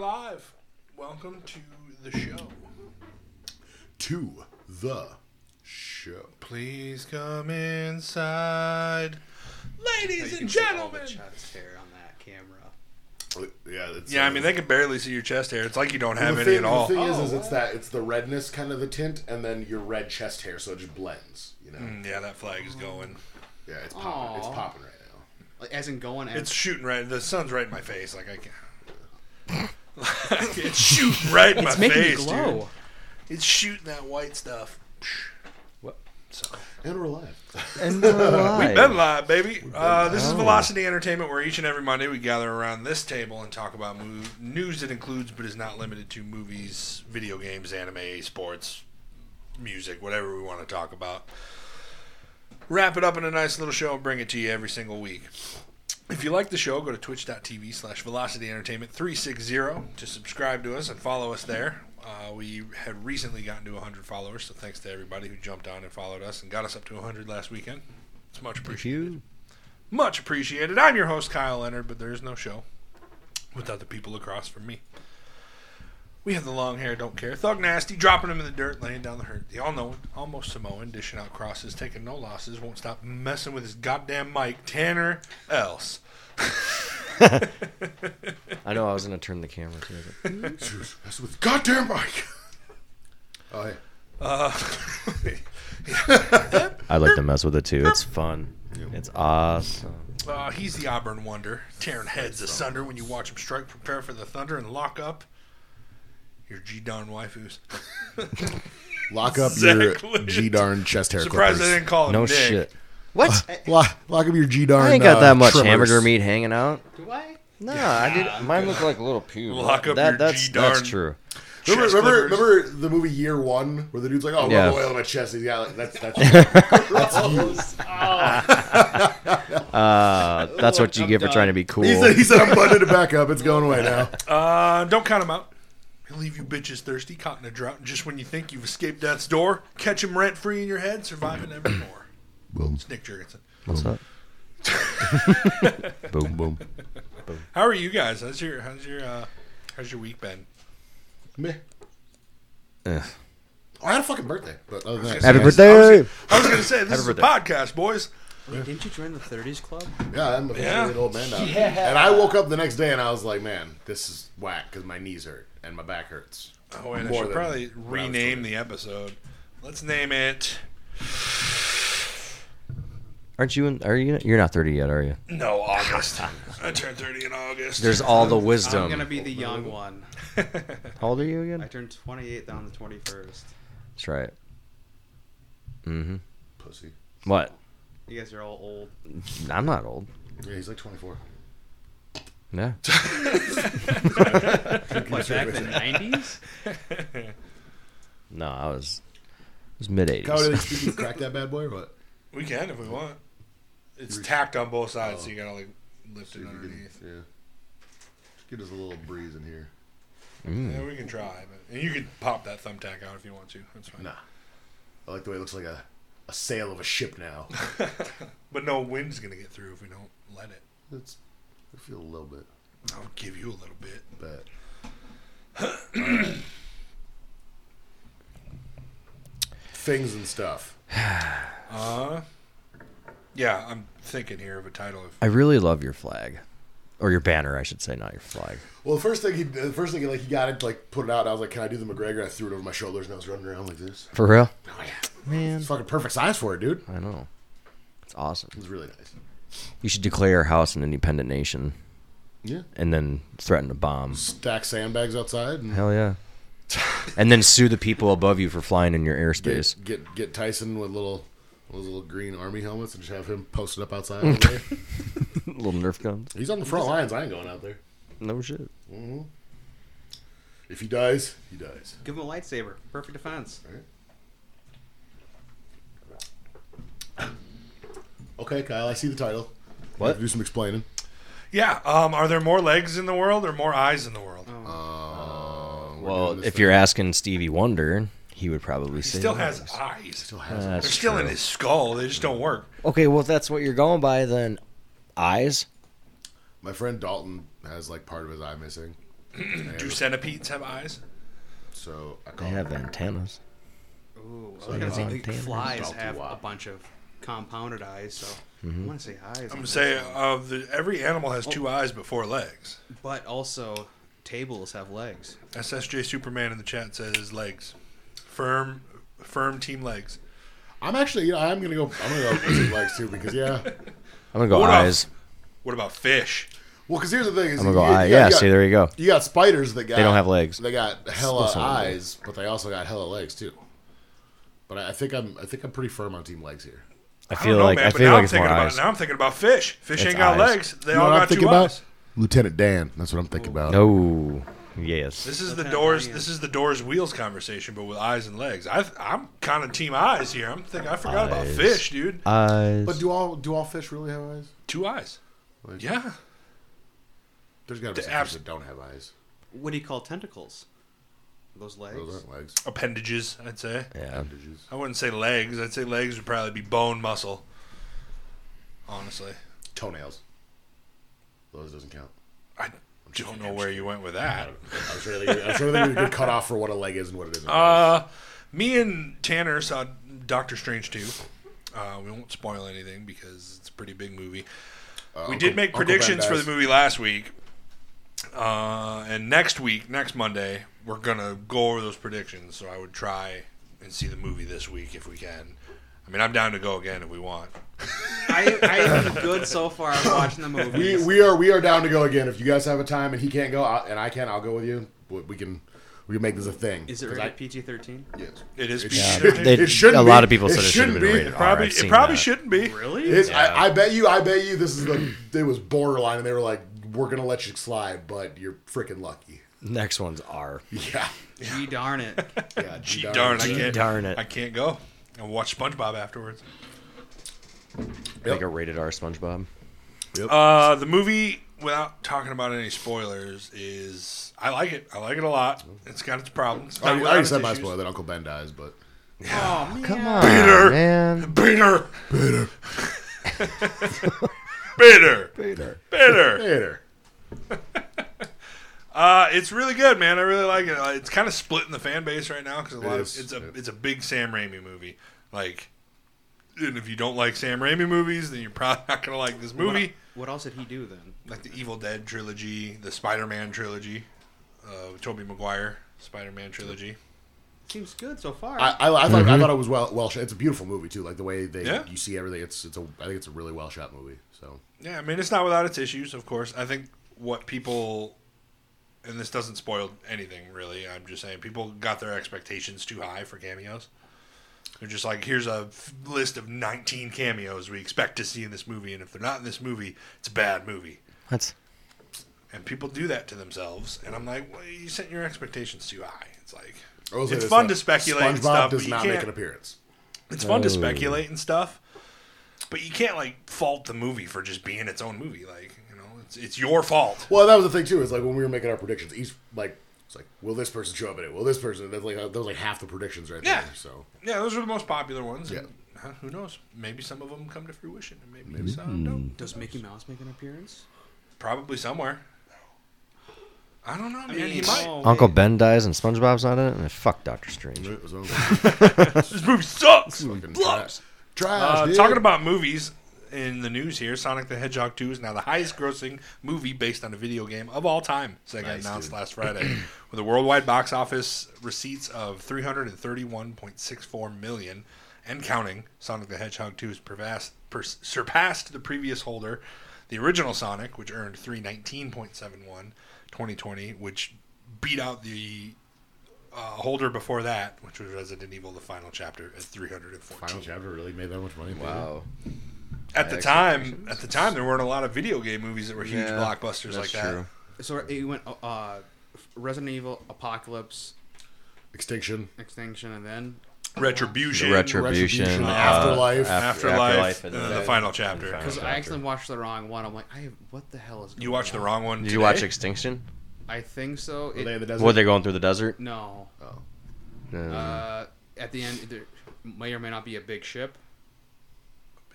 Uh, welcome to the show. To the show. Please come inside, ladies and You can see all the gentlemen. chest hair on that camera. Yeah, it's, Yeah, I mean uh, they could barely see your chest hair. It's like you don't the have any thing, at all. The thing is, Oh, is it's that it's the redness kind of the tint, and then your red chest hair, so it just blends. You know, Mm, Yeah, that flag is going. yeah, it's popping. It's Aw. popping right now. Like, as in going It's as shooting right. The sun's right in my face. Like I can. it's shooting right in my face, dude. It's shooting that white stuff. What? So And we're live. And we're we've live. been live, baby. Uh, this is live. Velocity Entertainment, where each and every Monday we gather around this table and talk about mov- news that includes but is not limited to movies, video games, anime, sports, music, whatever we want to talk about. Wrap it up in a nice little show and bring it to you every single week. If you like the show, go to twitch.tv slash velocity entertainment 360 to subscribe to us and follow us there. Uh, we had recently gotten to 100 followers, so thanks to everybody who jumped on and followed us and got us up to 100 last weekend. It's much appreciated. You. Much appreciated. I'm your host, Kyle Leonard, but there is no show without the people across from me. We have the long hair, don't care. Thug Nasty, dropping him in the dirt, laying down the hurt. The all knowing, almost Samoan, dishing out crosses, taking no losses, won't stop messing with his goddamn mic. Tanner Else. I know I was gonna turn the camera to it. Jeez, That's with goddamn mic. oh yeah. Uh, I like to mess with it too. It's fun. It's awesome. uh, he's the Auburn wonder, tearing heads asunder when you watch him strike, prepare for the thunder, and lock up your G Don waifus. Lock up Exactly. your G darn chest hair. Surprised I clippers. didn't call him No Nick. shit. What? Lo- Lock, up your G darn. uh, I ain't got that much trimmers. hamburger meat hanging out. do I? Nah, I did. Mine looked like a little pube. Lock up that, your that's, G-darn. that's true. Remember, Chest remember, clippers. remember the movie Year One where the dude's like, "Oh, Yeah. rub oil on my chest." He's got like, that's that's. Uh, that's what you I'm get for done. trying to be cool. he said, "He said I'm buttoning it back up. It's going away now." Uh, don't count him out. He'll leave you bitches thirsty, caught in a drought, and just when you think you've escaped death's door, catch him rent free in your head, surviving evermore. boom, Nick Jurgensen. What's up? boom, boom. How are you guys? How's your how's your uh, how's your week been? Meh. Ugh. Oh, I had a fucking birthday, but other than that, Happy yeah, birthday! I was gonna say this is a birthday. podcast, boys. Wait, didn't you join the 30s club? Yeah, I'm officially Yeah. an old man now. And I woke up the next day and I was like, "Man, this is whack" because my knees hurt and my back hurts. Oh, wait, I More should than probably what I was rename doing. the episode. Let's name it. Aren't you? In, are you? You're not 30 yet, are you? No, August. I turned 30 in August. There's all the I'm wisdom. gonna be the young one. How old are you again? I turned 28 on the 21st. That's right. Mm-hmm. Pussy. What? You guys are all old. I'm not old. Yeah, he's like 24. Yeah. Like back in the 90s? No, I was. It was mid How did 80s. you can crack that bad boy or what? we can if we want. It's tacked on both sides, so you gotta like lift See it if you can, underneath. yeah. Give us a little breeze in here. Hmm. Mm. Yeah, we can try, but and you can pop that thumbtack out if you want to. That's fine. Nah. I like the way it looks like a, a sail of a ship now. But no wind's gonna get through if we don't let it. It's, I feel a little bit I'll give you a little bit. bad. Things and stuff. Uh-huh. Uh yeah, I'm thinking here of a title of I really love your flag, or your banner, I should say, not your flag. Well, the first thing he, the first thing like he got it, like put it out. I was like, "Can I do the McGregor?" I threw it over my shoulders and I was running around like this. For real? Oh yeah, Man. it's fucking perfect size for it, dude. It I know. It's awesome. was really nice. You should declare your house an independent nation Yeah, and then threaten to bomb. stack sandbags outside and Hell yeah. and then sue the people above you for flying in your airspace. get, get get Tyson with little those little green army helmets and just have him posted up outside. all day. Little Nerf guns. He's on the front lines. I ain't going out there. Mm-hmm. No shit. If he dies, he dies. Give him a lightsaber. Perfect defense. Okay, Kyle, I see the title. What? Have to do some explaining. Yeah, um, are there more legs in the world or more eyes in the world? Oh. Uh, we're doing Well, this if thing. you're asking Stevie Wonder, he would probably he say. still no. has eyes. still has Uh, it. They're still in true. his skull. They just don't work. Okay, well, if that's what you're going by, then eyes? my friend Dalton has like part of his eye missing. Do centipedes have eyes? So I They called. have antennas. Ooh, So I was gonna it's say, on like, Tanner's. flies Spelled have two a out. bunch of compounded eyes, so Mm-hmm. I want to say eyes. I'm gonna say uh, of the every animal has two eyes but four legs. but also tables have legs. SSJ Superman in the chat says his legs, firm, firm team legs. I'm actually, you know, I'm gonna go. I'm gonna go with two legs too because yeah. I'm gonna go What eyes. What about fish? Well, because here's the thing: is I'm gonna go you- you eye. got- Yeah, you got- see, there you go. You got spiders that got They don't have legs. They got hella That's not a leg. eyes, but they also got hella legs too. But I I think I'm I think I'm pretty firm on team legs here. I I feel don't know, like man, I but feel now like I'm it's more thinking about eyes. now I'm thinking about fish. Fish It's ain't got eyes. legs. They You know all what I'm got two thinking about? eyes. Lieutenant Dan. That's what I'm thinking about. No. Yes. This is the Lieutenant doors. Dan. This is the doors wheels conversation, but with eyes and legs. I, I'm kind of team eyes here. I'm thinking. I forgot about Eyes. fish, dude. Eyes. But do all do all fish really have eyes? Two eyes. Like- Yeah. There's got to be The some abs- fish that don't have eyes. What do you call tentacles? Those legs. Those aren't legs. Appendages, I'd say. yeah. Appendages. I wouldn't say legs. I'd say legs would probably be bone muscle. Honestly, Toenails. Those doesn't count. I don't know where you went with that. I was really, I was really good cut off for what a leg is and what it isn't. Uh, me and Tanner saw Doctor Strange 2. Uh, we won't spoil anything because it's a pretty big movie. we Uh, Uncle- did make Uncle Ben predictions for dies. the movie last week. Uh, and next week, next Monday, we're going to go over those predictions. So I would try and see the movie this week if we can. I mean, I'm down to go again if we want. I, I am good so far. I'm watching the We, movies. we are we are down to go again. If you guys have a time and he can't go I, and I can, I'll go with you. We- We can we can make this a thing. Is it 'Cause rated I- PG-13? Yes. It is Yeah, PG-13. They- It shouldn't a be. lot of people It said it should have shouldn't been be. rated It R. probably, I've seen it probably that. shouldn't be. Really? It's, Yeah. I, I bet you. I bet you. This is the. It was borderline, and they were like, "We're gonna let you slide, but you're freaking lucky." Next one's R. Yeah. Gee darn it! Yeah. Gee darn, I Gee can't, darn it. I can't go. And watch SpongeBob afterwards. Like a rated R SpongeBob. Uh, the movie, without talking about any spoilers, is I like it. I like it a lot. It's got its problems. It's not I, I without Oh, already its said my issues. spoiler that Uncle Ben dies, but Oh man! Come on, Peter! man. Bitter, bitter, bitter, later, bitter. later. Uh, it's really good, man. I really like it. Uh, It's kind of split in the fan base right now because a lot is. of it's a Yeah. it's a big Sam Raimi movie. Like, and if you don't like Sam Raimi movies, then you're probably not gonna like this movie. What else did he do then? like the Evil Dead trilogy, the Spider-Man trilogy, uh, Tobey Maguire Spider-Man trilogy. Seems good so far. I, I, I thought Mm-hmm. I thought it was well well shot. It's a beautiful movie too. Like the way they Yeah. you see everything. It's it's a I think it's a really well shot movie. So Yeah, I mean it's not without its issues, of course. I think what people and this doesn't spoil anything really. I'm just saying people got their expectations too high for cameos. They're just like, here's a f- list of 19 cameos we expect to see in this movie, and if they're not in this movie, it's a bad movie. That's And people do that to themselves, and I'm like, well, you set your expectations too high. It's like, I will say It's this, fun though. to speculate and SpongeBob stuff, but does you not make can't- an appearance. It's fun to Oh. speculate and stuff, but you can't like fault the movie for just being its own movie. Like you know, it's it's your fault. Well, that was the thing too. Is like when we were making our predictions, each like it's like, will this person show up in it? Will this person? That's like that was like half the predictions right Yeah. there. So Yeah, those are the most popular ones. Yeah. Hmm. and, huh, who knows? Maybe some of them come to fruition, and maybe, some don't. Does Mickey Mouse make an appearance? Probably somewhere. I don't know, man. he might. oh, Uncle man. Ben dies and SpongeBob's not in it, and fuck Doctor Strange. it was over. This movie sucks. Fucking Blows. trash. Trash, Uh, dude. talking about movies in the news here, Sonic the Hedgehog 2 is now the highest-grossing movie based on a video game of all time. Sega Nice, announced dude. last Friday with a worldwide box office receipts of 331.64 million and counting. Sonic the Hedgehog 2 has pervas- per- surpassed the previous holder, the original Sonic, which earned 319.71 2020, which beat out the uh, holder before that, which was Resident Evil: The Final Chapter at 314 Final chapter really made that much money. dude. Oh. at the High time, at the time, there weren't a lot of video game movies that were huge blockbusters like that. So he went uh, uh, Resident Evil, Apocalypse, Extinction. Extinction, and then Retribution, Retribution, Retribution, uh, Afterlife. After- Afterlife, and then the final chapter. Final because I Chapter. actually watched the wrong one. I'm like, I what the hell is going You watched the on? wrong one. Did you watch today? Extinction? I think so. Were It- they in the desert? What they're going through the desert? no. Oh. Uh, Uh, at the end, there may or may not be a big ship.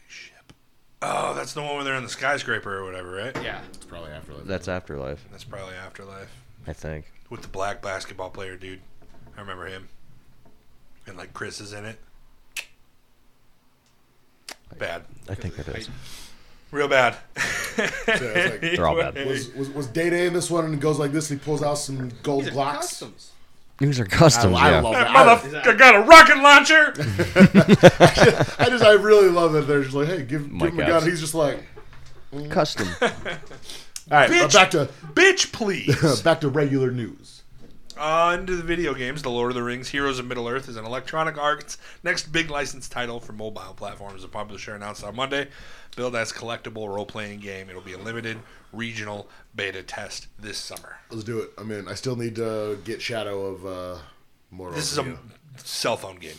Ship. Oh, that's the one where they're in the skyscraper or whatever, right? Yeah. It's probably after that. That's Afterlife, That's probably Afterlife I think. with the black basketball player dude. I remember him. And like Chris is in it. Bad. I think it is. Real bad. it's like- They're all bad. Was, was, was Data in this one and goes like this and he pulls out some gold blocks? Customs. These are customs. I yeah. love That that. I, motherfucker got a rocket launcher. I just, I really love that. They're just like, hey, give, give My him a gosh. gun. He's just like, Custom. all right, Bitch. back to Bitch, please. back to regular news. On to the video games. The Lord of the Rings Heroes of Middle Earth is an Electronic Arts next big licensed title for mobile platforms. The publisher announced on Monday. Build as collectible role playing game. It'll be a limited regional beta test this summer. Let's do it. I mean, I still need to get Shadow of uh, Mordor. This is a cell phone game.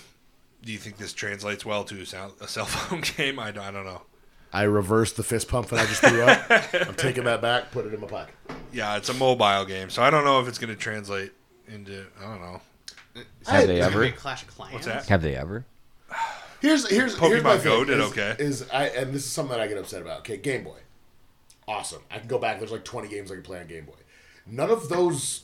Do you think this translates well to a cell a cell phone game? I don't, I don't know. I reversed the fist pump that I just threw up. I'm taking that back. Put it in my pocket. Yeah, it's a mobile game, so I don't know if it's going to translate into. I don't know. Have Is it gonna they be ever? a Clash of Clans. What's that? Have they ever? Here's here's here's my Pokemon Go thing, did is- okay. Is I and this is something that I get upset about. Okay, Game Boy, awesome. I can go back. There's like 20 games I can play on Game Boy. None of those,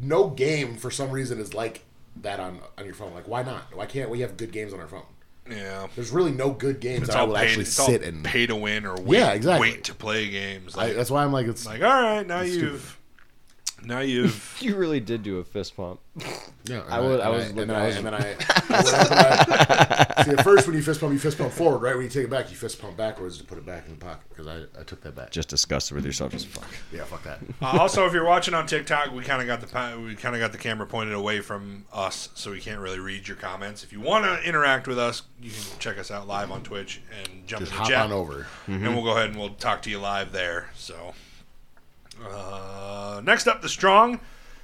no game for some reason is like that on on your phone. Like why not? Why can't we have good games on our phone? Yeah. There's really no good games It's that I all, will paid, actually it's all sit and. pay to win or wait, Yeah, exactly. wait to play games. I, Like, that's why I'm like it's like all right, now It's you've now you've You really did do a fist pump. Yeah, and I would- I was and looking- then I was- and then I. and then I- See, at first, when you fist pump, you fist pump forward, right? When you take it back, you fist pump backwards to put it back in the pocket. Because I, I took that back. Just disgusted with yourself as fuck. Yeah, fuck that. uh, also if you're watching on TikTok, we kind of got the pa- we kind of got the camera pointed away from us, so we can't really read your comments. If you want to interact with us, you can check us out live on Twitch and jump Just in the hop chat. on over. and we'll go ahead and we'll talk to you live there. So, uh, next up, the Strong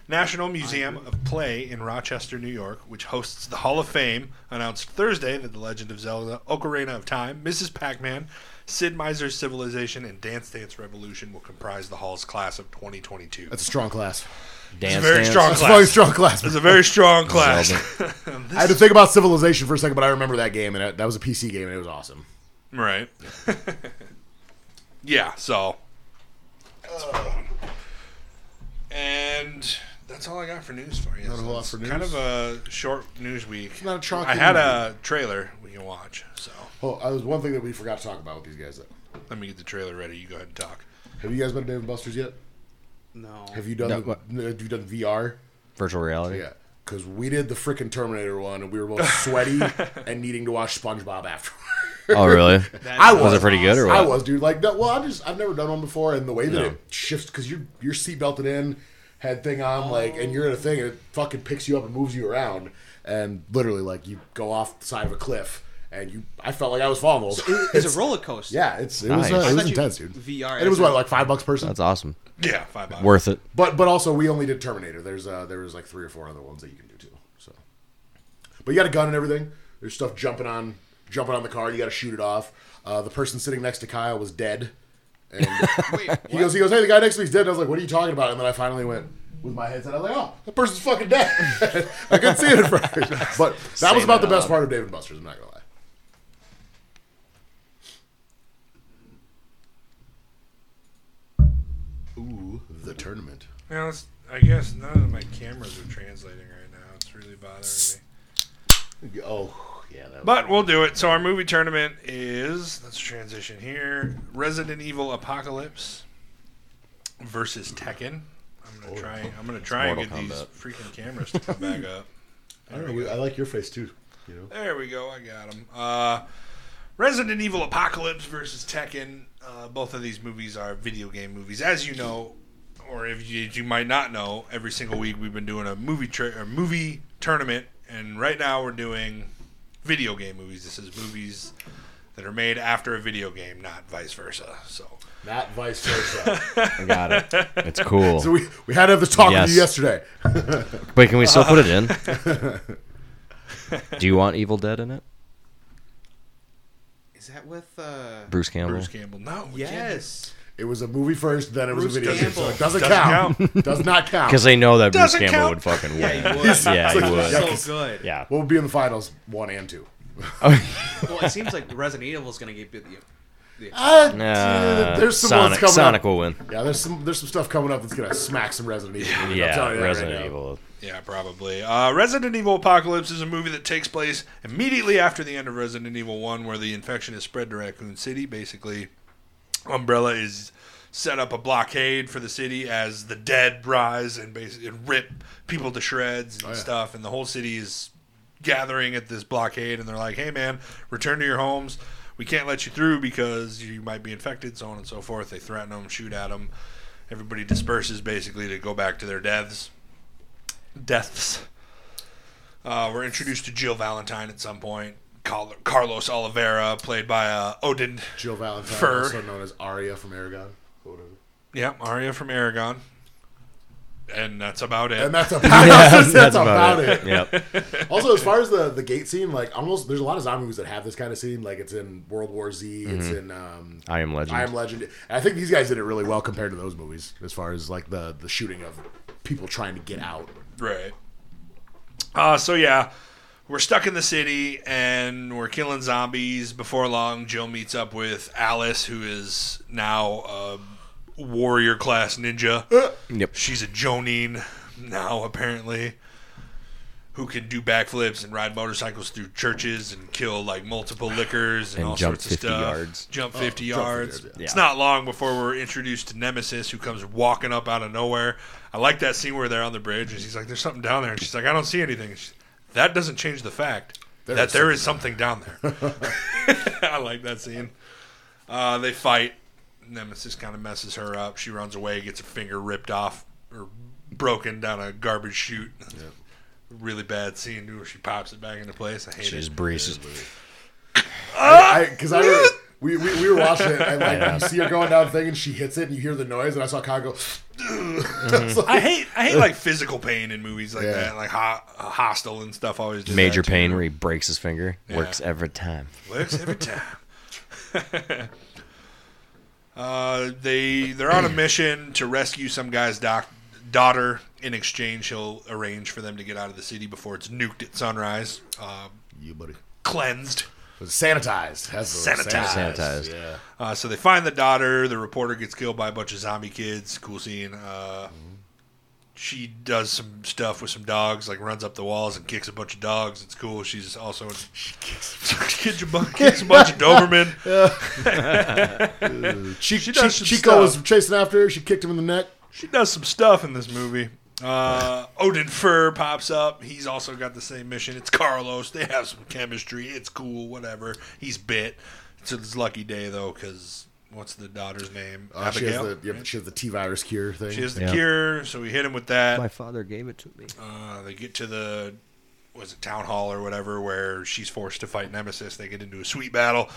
National Museum of Play in Rochester, New York, which hosts the Hall of Fame, announced Thursday that The Legend of Zelda: Ocarina of Time, Mrs. Pac-Man, Sid Meier's Civilization, and Dance Dance Revolution will comprise the hall's class of 2022. That's a strong class. Dance, very dance. strong. That's a fucking Class. strong class. It's a very strong class. I had to think about Civilization for a second, but I remember that game, and it, that was a PC game, and it was awesome. Right. yeah, so. Uh, and that's all I got for news for you. Not a So whole lot it's for Kind news. of a short news week. not a chalky I had news a trailer we can watch, so Oh, I was one thing that we forgot to talk about with these guys. Though. let me get the trailer ready. You go ahead and talk. Have you guys been to Dave and Buster's yet? No. Have you done? No, the- what? have you done VR? Virtual reality. Yeah, because we did the freaking Terminator one, and we were both sweaty and needing to watch SpongeBob afterward. Oh really? That I Was it pretty good or what? I was, dude. Like, no, well, I just I've never done one before, and the way that it shifts because you're you're seatbelted in, head thing on, like, and you're in a thing, and it fucking picks you up and moves you around, and literally, like, you go off the side of a cliff, and you, I felt like I was falling. It's, a roller coaster. yeah, it's it was Nice. uh, I it thought was you- intense, dude. VR And it was as what a- like five bucks person, That's awesome. Yeah, five bucks. Worth it. but but also we only did Terminator. There's uh there was like three or four other ones that you can do too. So, but you got a gun and everything. There's stuff jumping on jumping on the car. You got to shoot it off. Uh, the person sitting next to Kyle was dead. And Wait, he goes, he goes, hey, the guy next to me's dead. And I was like, what are you talking about? And then I finally went with my headset. I was like, oh, that person's fucking dead. I couldn't see it at first. But that was about the best part of David Buster's. I'm not gonna lie. Ooh, the tournament. Now, it's, I guess none of my cameras are translating right now. It's really bothering me. Oh, yeah. That But we'll do it. So our movie tournament is let's transition here. Resident Evil Apocalypse versus Tekken. I'm gonna try. I'm gonna try and get Oh, Mortal these Kombat. freaking cameras to come back up. I don't know. I like your face too. You know, There we go. I got them. Uh, Resident Evil Apocalypse versus Tekken. Uh, both of these movies are video game movies, as you know, or if you, you might not know. Every single week we've been doing a movie tra- or movie tournament, and right now we're doing video game movies. This is movies that are made after a video game, not vice versa. So not vice versa. I got it. It's cool. so we we had to have this talk Yes. with you yesterday. Wait, can we still put it in? Do you want Evil Dead in it? Is that with uh Bruce Campbell. Bruce Campbell, no, we can't do- Yes. It was a movie first, then it was Bruce a video game. So Campbell. it doesn't, Doesn't count. Does not count. Because they know that Doesn't Bruce Campbell count. would fucking Yeah, win. you would. Yeah, you would. Yeah. So good. Yeah. What would be in the finals? One and two. Well, it seems like Resident Evil is going to get the the Uh, Nah, dude, there's some ones Sonic. coming Sonic up. will win. Yeah, there's some there's some stuff coming up that's gonna smack some Resident Evil. I'm Yeah, telling you that right Resident now. Evil. Yeah, probably. Uh, Resident Evil Apocalypse is a movie that takes place immediately after the end of Resident Evil 1, where the infection is spread to Raccoon City. Basically, Umbrella is set up a blockade for the city as the dead rise and basically rip people to shreds and yeah. stuff, and the whole city is gathering at this blockade, and they're like, "Hey, man, return to your homes. We can't let you through because you might be infected, so on and so forth." They threaten them, shoot at them. Everybody disperses basically to go back to their deaths deaths. Uh, we're introduced to Jill Valentine at some point. Cal- Carlos Oliveira, played by uh, Odin. Jill Valentine, Fur. also known as Arya from Aragon. or whatever. Yeah, Aria from Aragon. And that's about it. And that's about, that's, about, it. Yep. Also, as far as the the gate scene, like almost there's a lot of zombie movies that have this kind of scene. Like it's in World War Z, it's in um, Mm-hmm. I am Legend. I Am Legend. And I think these guys did it really well compared to those movies, as far as like the the shooting of people trying to get out. Right. Uh, so yeah, we're stuck in the city and we're killing zombies. Before long, Jill meets up with Alice, who is now a warrior class ninja. Yep. She's a Jonine now, apparently, who can do backflips and ride motorcycles through churches and kill like multiple liquors and, And all jump sorts 50 of stuff. yards. Jump 50 Oh, jump 50 yards. yards, yeah. It's not long before we're introduced to Nemesis, who comes walking up out of nowhere. I like that scene where they're on the bridge and she's like, "There's something down there," and she's like, "I don't see anything." And she's- that doesn't change the fact There that is there is something down there. I like that scene. Uh, they fight. Nemesis kind of messes her up. She runs away, gets her finger ripped off or broken down a garbage chute. Really bad scene where she pops it back into place. I hate She it. just breezes. Ah! Because I, re- we, we we were watching it, and like you see her going down the thing, and she hits it, and you hear the noise, and I saw Kyle go. Mm-hmm. It's like- I hate I hate like physical pain in movies like Yeah. that, like ho- hostile and stuff. Always does Major that too. pain where he breaks his finger. Yeah. Works every time. Works every time. uh, they they're on a mission to rescue some guy's doc, daughter. In exchange, he'll arrange for them to get out of the city before it's nuked at sunrise. Uh, you buddy. cleansed. It was sanitized. That's the word, Sanitized. Sanitized. Yeah. Uh, so they find the daughter. The reporter gets killed by a bunch of zombie kids. Cool scene. Uh, She does some stuff with some dogs, like runs up the walls and kicks a bunch of dogs. It's cool. She's also she kicks, a bu- kicks a bunch of Doberman. She, does she, some Chico was stuff. chasing after her. She kicked him in the neck. She does some stuff in this movie. Uh, Odin Fur pops up. He's also got the same mission. It's Carlos. They have some chemistry. It's cool. Whatever. He's bit. It's his lucky day though, because what's the daughter's name? Uh, she has the yeah, she has the T virus cure thing. She has the Yeah. cure, so we hit him with that. father gave it to me. Uh, they get to the was it town hall or whatever where she's forced to fight Nemesis. They get into a sweet battle.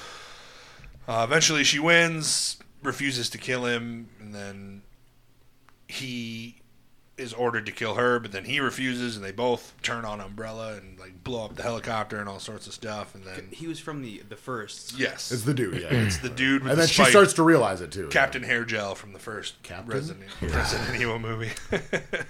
Uh, eventually, she wins, refuses to kill him, and then he is ordered to kill her, but then he refuses, and they both turn on Umbrella and like blow up the helicopter and all sorts of stuff. And then he was from the the first. yes, it's the dude. Yeah. It's- it's the dude with and the then she spike. starts to realize it too. Captain Hair Gel from the first Captain? Resident, Resident Evil movie.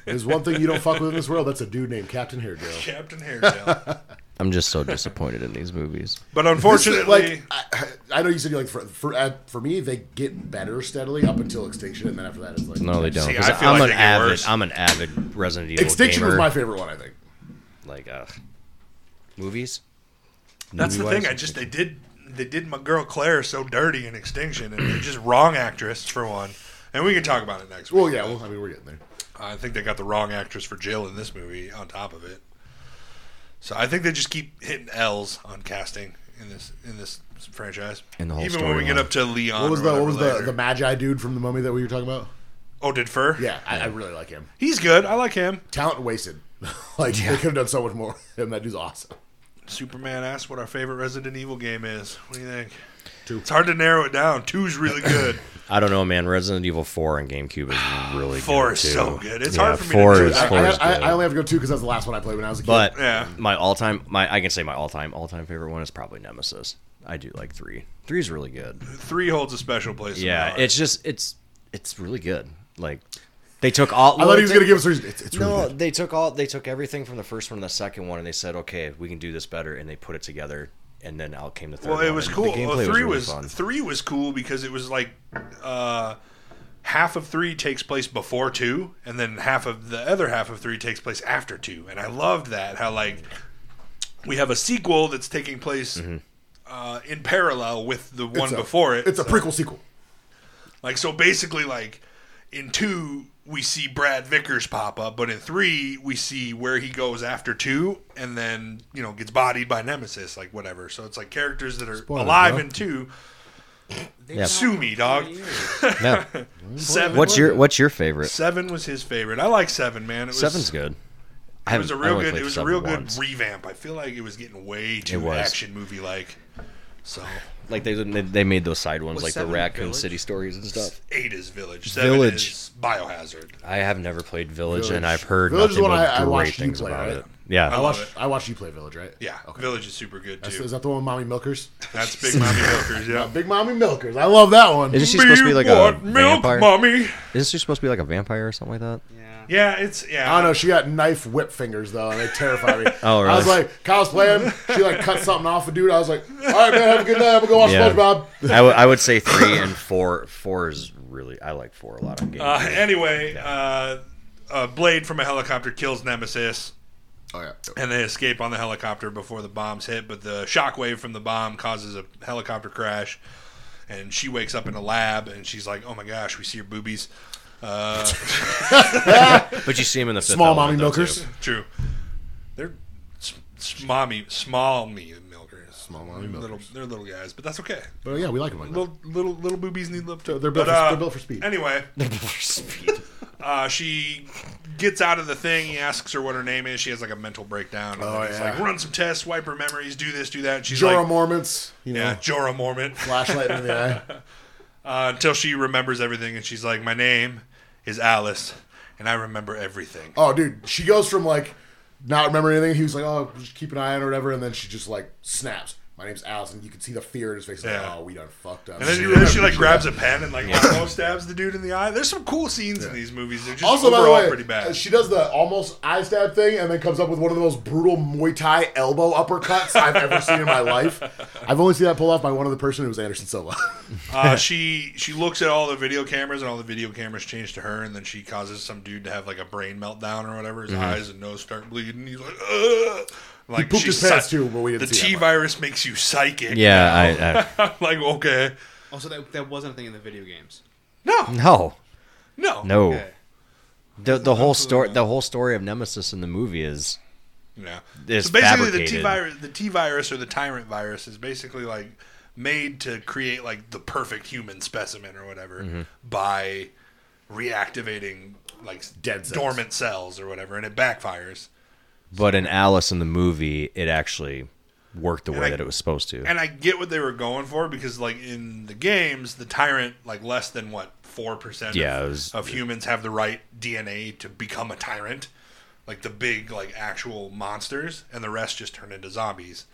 There's one thing you don't fuck with in this world. That's a dude named Captain Hairdo. Captain Hair Gel. I'm just so disappointed in these movies. But unfortunately, like I, I know you said like for for, uh, for me they get better steadily up until Extinction, and then after that it's like No, they don't. See, 'cause I feel I'm like they an get avid. worse. I'm an avid Resident Evil Extinction gamer. was my favorite one. I think. like uh, movies. that's the Movie-wise? thing. I just they did they did my girl Claire so dirty in Extinction, and they're just wrong actress for one. And we can talk about it next week. Well, yeah. Well, I mean, we're getting there. I think they got the wrong actress for Jill in this movie. On top of it, so I think they just keep hitting L's on casting in this in this franchise. In the whole Even when we get storyline. up to Leon, What was the what was the, the the Magi dude from the Mummy that we were talking about? oh did Fur? Yeah, I, I really like him. he's good. I like him. Talent wasted. like they could have done so much more. And that dude's awesome. Superman asked what our favorite Resident Evil game is. What do you think? Two. It's hard to narrow it down. Two's really good. I don't know, man. Resident Evil Four on GameCube is really Four good is too. so good. It's Yeah, hard for me to Four choose. is I, four is I, I, good. I only have to go two because that's the last one I played when I was a kid. but Yeah. my all-time, my I can say my all-time, all-time favorite one is probably Nemesis. I do like three. Three is really good. Three holds a special place. in my Yeah, heart. it's just it's it's really good. Like they took all. I thought he was gonna give us a reason. It's, it's really no, good. they took all. They took everything from the first one and the second one, and they said, "Okay, we can do this better," and they put it together and then out came the third. Well, it one, was and cool. The gameplay Well, three was, was, really fun. three was cool because it was like uh, half of three takes place before two, and then half of the other half of three takes place after two, and I loved that how like we have a sequel that's taking place. Mm-hmm. Uh, in parallel with the one It's a- before it, It's a so- prequel sequel. Like so basically like in 2 we see Brad Vickers pop up, but in 3 we see where he goes after 2 and then, you know, gets bodied by Nemesis like whatever. So it's like characters that are Spoiler, alive bro. in 2. Yeah. Sue me, dog. Yeah. 7 What's your What's your favorite? 7 was his favorite. I like 7, man. It was Seven's good. It was a real good it was a real good revamp. I feel like it was getting way too was. action movie like. So like they, they they made those side ones Was like the Seven Raccoon Village? City stories and stuff. 8 is Village, 7 Village. is Biohazard. I have never played Village, Village. and I've heard Village is nothing what but I- I great watched you things play, about right? it. Yeah, I love watched. it. I watched you play Village, right? Yeah, Okay. Village is super good That's- too. Is that the one, with Mommy Milkers? That's Big Mommy Milkers, yeah. Big Mommy Milkers. I love that one. Isn't she supposed to be like a vampire? mommy? Isn't she supposed to be like a vampire or something like that? Yeah. Yeah, it's yeah. I don't know. She got knife whip fingers though, and they terrify me. Oh, I was really? like, Kyle's playing. She like cut something off a dude. I was like, all right, man, have a good night. I'm gonna go watch Yeah. SpongeBob. I, w- I would say three and four. Four is really I like four a lot on games. Uh, anyway, uh, a blade from a helicopter kills Nemesis, Oh yeah. and they escape on the helicopter before the bombs hit. But the shockwave from the bomb causes a helicopter crash, and she wakes up in a lab, and she's like, "Oh my gosh, we see your boobies." Uh, but you see him in the fifth Small Mommy Element, though, too. Milkers. true. They're s- s- mommy, small me milkers. Small mommy Little, milkers. they're little guys, but that's okay. But yeah, we like them like that. Little little little boobies need love too. They're built But, for- uh, they're built for speed. Anyway, uh, she gets out of the thing. He asks her what her name is. She has like a mental breakdown. And Oh, then he's yeah. like, run some tests, wipe her memories, do this, do that. And she's Jorah like, Mormonts. You know, yeah, Jorah Mormont. flashlight in the eye. Uh, until she remembers everything, and she's like, my name is Alice, and I remember everything. Oh, dude, she goes from like not remembering anything. He was like, oh, just keep an eye on her, or whatever, and then she just like snaps. My name's Allison. You can see the fear in his face. Like, Yeah. oh, we done fucked up. And then She you realize she remembers like she grabs got- a pen and like almost stabs the dude in the eye. There's some cool scenes in these movies. They're just Also, by overall the way, pretty bad. uh, she does the almost eye stab thing and then comes up with one of the most brutal Muay Thai elbow uppercuts I've ever seen in my life. I've only seen that pulled off by one other person who was Anderson Silva. uh, she she looks at all the video cameras and all the video cameras change to her and then she causes some dude to have like a brain meltdown or whatever his Mm-hmm. eyes and nose start bleeding he's like Ugh! like pooped she's his pants, psy- too, but we didn't the see that T part. virus makes you psychic Yeah, I, I like okay Also, that, that wasn't a thing in the video games. no no, no no. Okay. The the whole story the whole story of Nemesis in the movie is yeah It's so basically the fabricated. T virus the T virus or the tyrant virus is basically like made to create like the perfect human specimen or whatever Mm-hmm. by reactivating like Dead cells. dormant cells or whatever and it backfires but in Alice in the movie it actually worked the way I- that it was supposed to. and I get what they were going for because like in the games, the tyrant like less than what four percent Yeah, it of, was- of humans have the right DNA to become a tyrant, like the big like actual monsters, and the rest just turn into zombies.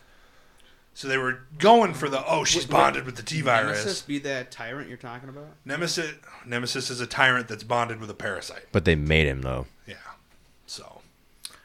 So they were going for the oh she's Would- would bonded with the T Nemesis virus. be that tyrant you're talking about? Nemesis Nemesis is a tyrant that's bonded with a parasite. but they made him though. Yeah, so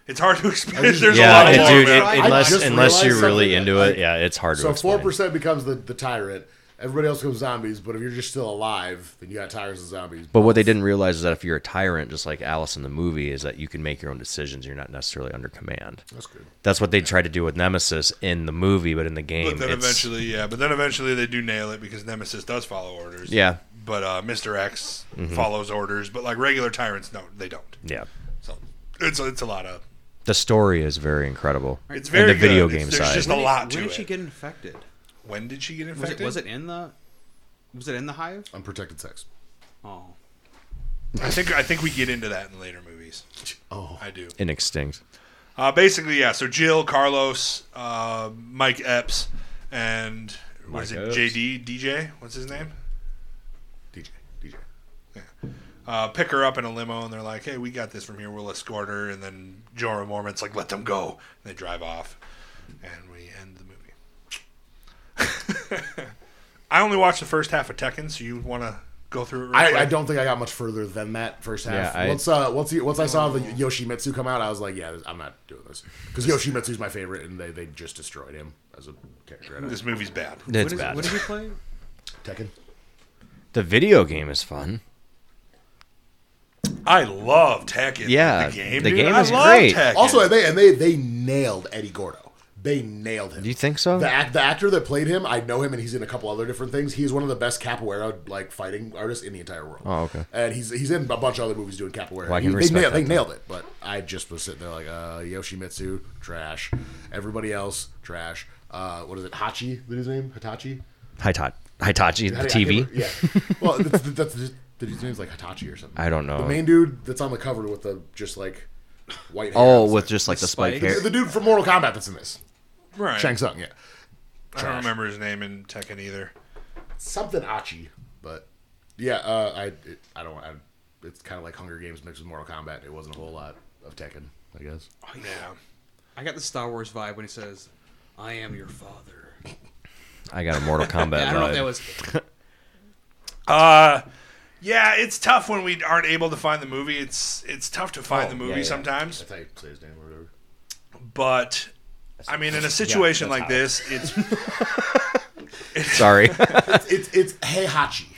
it's hard to explain. There's yeah, a lot it- more. dude. man. it- I unless just unless you're realized really something. into it, I- yeah, it's hard to so explain. four percent becomes the, the tyrant. Everybody else becomes zombies, but if you're just still alive, then you got tyrants and zombies. But what they didn't realize is that if you're a tyrant, just like Alice in the movie, is that you can make your own decisions. You're not necessarily under command. That's good. That's what they tried to do with Nemesis in the movie, but in the game, But then it's- eventually, yeah. But then eventually they do nail it because Nemesis does follow orders. Yeah. Mm-hmm. But uh, Mr. X follows orders, but like regular tyrants, no, they don't. yeah, So it's it's a lot of the story is very incredible. it's And very the video good. It's- game there's side. just When a did- lot When to did it. she get infected? when did she get Was infected? it, was it in the? Was it in the hive? Unprotected sex. Oh, I think I think we get into that in later movies. Oh. I do. in extinct. Uh, basically, yeah. So Jill, Carlos, uh, Mike Epps, and was Mike it Epps. JD DJ? What's his name? DJ. DJ. uh, pick her up in a limo, and they're like, "Hey, we got this from here. We'll escort her." And then Jorah Mormont's like, "Let them go." And they drive off, and we end the movie. I only watched the first half of Tekken, so you want to go through it. real I, quick? I don't think I got much further than that first half. Yeah, I- once uh, once he, once I saw the Yoshimitsu come out, I was like, yeah, this- I'm not doing this because Yoshimitsu's my favorite, and they, they just destroyed him as a character. I don't- This movie's bad. It's what is, bad. What did you play? Tekken. the video game is fun. I love Tekken. Yeah, the game. the dude. game I is love great. Tekken. Also, and they and they they nailed Eddie Gordo. They nailed him. Do you think so? The, act, the actor that played him, I know him, and he's in a couple other different things. He's one of the best capoeira like fighting artists in the entire world. Oh, okay. And he's he's in a bunch of other movies doing capoeira. Well, I He- can they, respect nailed, that, they nailed it, but I just was sitting there like uh, Yoshimitsu trash, everybody else trash. Uh, what is it? Hachi? Is his name Hitachi? Hitachi, Hitachi, the I- I TV. can't remember- yeah. well, that's, that's, that's his name's like Hitachi or something. I don't know. The main dude that's on the cover with the just like white. Hair Oh, It's with just like the spike spikes. hair. like- the dude from Mortal Kombat that's in this. right. Shang Tsung. Yeah. I don't remember his name in Tekken either. something Achi, but yeah, uh, I it, I don't I, it's kind of like Hunger Games mixed with Mortal Kombat. It wasn't a whole lot of Tekken, I guess. Yeah. I got the Star Wars vibe when he says, "I am your father." I got a Mortal Kombat. Yeah, I don't know if vibe. that was. Uh, yeah, it's tough when we aren't able to find the movie. It's it's tough to Oh, find the movie yeah, yeah. sometimes. That's how you say his name or whatever. But I mean, in a situation like this, it's Sorry. It's it's Heihachi.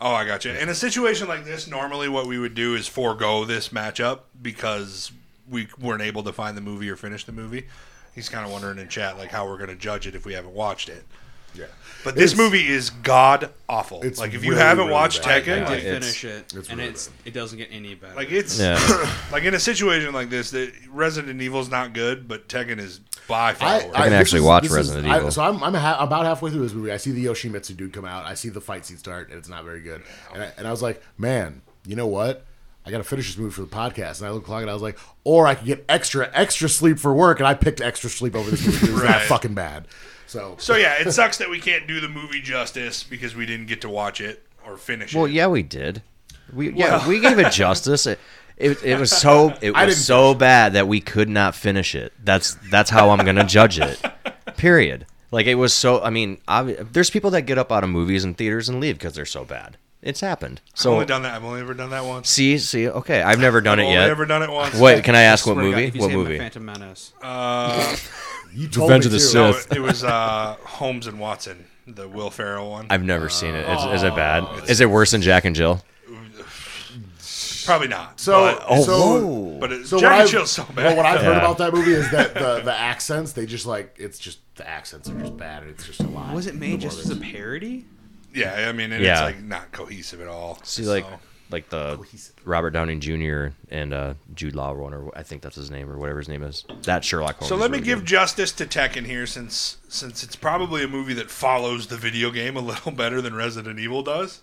oh, I got you. In a situation like this, normally what we would do is forego this matchup because we weren't able to find the movie or finish the movie. He's kind of wondering in chat like how we're going to judge it if we haven't watched it. Yeah, But this It's- movie is god awful. It's Like if you really, haven't really watched bad. Tekken, I like, did it's- finish it, it's and really it's it doesn't get any better. like it's Yeah. like in a situation like this, that Resident Evil's not good, but Tekken is by far. worse. can this actually watch this Resident I- Evil. so I'm, I'm ha- about halfway through this movie. I see the Yoshimitsu dude come out. I see the fight scene start, and it's not very good. And I, and I was like, man, you know what? I got to finish this movie for the podcast. And I looked at the clock and I was like, or I could get extra, extra sleep for work. And I picked extra sleep over this movie. 'cause It was that Right. fucking bad. So, So yeah, it sucks that we can't do the movie justice because we didn't get to watch it or finish well, it. yeah, we did. We yeah, we gave it justice. It, it, it was so it was so bad that we could not finish it. That's that's how I'm gonna judge it. Period. Like it was so. I mean, obvi- there's people that get up out of movies and theaters and leave because they're so bad. It's happened. I've Oh, So only done that. I've only ever done that once. see, see, okay, I've never done I've it only yet. ever done it once. Wait, can I ask what Swear to God, movie? if you what say I'm a movie? Phantom Menace. Uh, you told Revenge me of the to. Sith. No, it, it was uh, Holmes and Watson, the Will Ferrell one. I've never seen it. Is, is it bad? Is it worse than Jack and Jill? Probably not. So, but, so, Oh, whoa. but it, So what Jack and I've- Jill's oh, so Well, bad. what I've heard Yeah. about that movie is that the, the accents, they just like, it's just, the accents are just bad. And it's just a lot. Was it made just as a parody? yeah, I mean, and it's Yeah. like not cohesive at all. See, like, oh, so. like the Cohesive. Robert Downey Jr. and uh, Jude Law one, or I think that's his name, or whatever his name is. That Sherlock Holmes. So is let me really give good. justice to Tekken here, since since it's probably a movie that follows the video game a little better than Resident Evil does.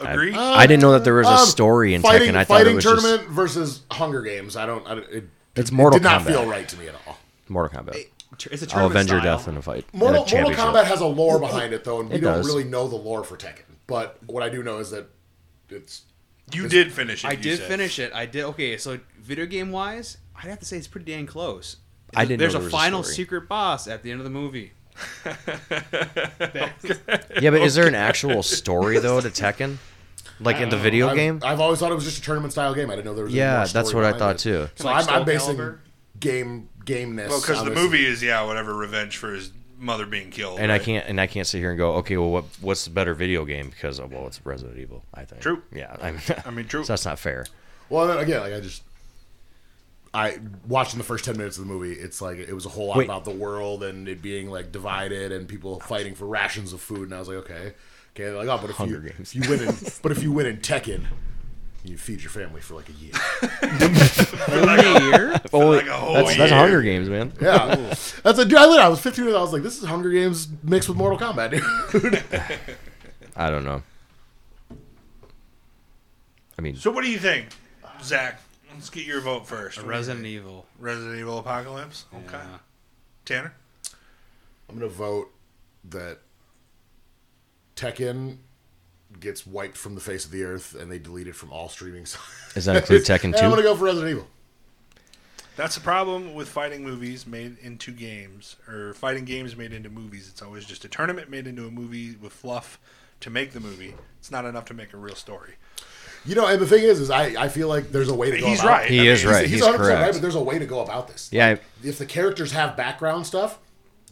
Agree? I didn't know that there was a Um, story in fighting, Tekken. I thought it fighting was tournament versus Hunger Games. I don't. I don't it, It's Mortal it did not Kombat. feel right to me at all. just Mortal Kombat. It's a I'll tournament avenge your style. death in a fight. in a Mortal, Mortal championship. Kombat has a lore behind it though, and we It don't does. really know the lore for Tekken. But what I do know is that it's you did finish it. I you did said. finish it. I did. Okay, so video game wise, I'd have to say it's pretty dang close. I didn't know There's there a was a final story. secret boss at the end of the movie. Yeah, but is there an actual story though to Tekken, like in the video I've, game? I've always thought it was just a tournament style game. I didn't know there was. any Yeah, more that's story what I behind thought, it. too. So Like I'm, Soul I'm basing Calibur? game gameness. Well, because on the this. movie is yeah, whatever, revenge for his mother being killed. And right? I can't and I can't sit here and go, okay, well, what what's the better video game? Because oh, well, it's Resident Evil. I think. True. Yeah. I mean, I mean, true. so that's not fair. Well, then again, like I just. I watching the first ten minutes of the movie. It's like it was a whole lot Wait. about the world and it being like divided and people fighting for rations of food. And I was like, okay, okay, they're like oh, but if you, Hunger Games. if you win in, but if you win in Tekken, you feed your family for like a year. Only a year? Oh, like a whole that's that's year. Hunger Games, man. Yeah, that's a dude. I, literally- I was 15 and I was like, this is Hunger Games mixed with Mortal Kombat. Dude. I don't know. I mean, So what do you think, Zach? Let's get your vote first. A Resident Evil. Resident Evil Apocalypse. Okay. Yeah. Tanner. I'm gonna vote that Tekken gets wiped from the face of the earth and they delete it from all streaming sites. does that include Tekken And I'm gonna Two? go for Resident Evil. That's the problem with fighting movies made into games or fighting games made into movies. It's always just a tournament made into a movie with fluff to make the movie. It's not enough to make a real story. You know, and the thing is, is I, I feel like there's a way to go. He's about right. it. He I is mean, right. He's, correct. but there's a way to go about this. Yeah. Like, if the characters have background stuff,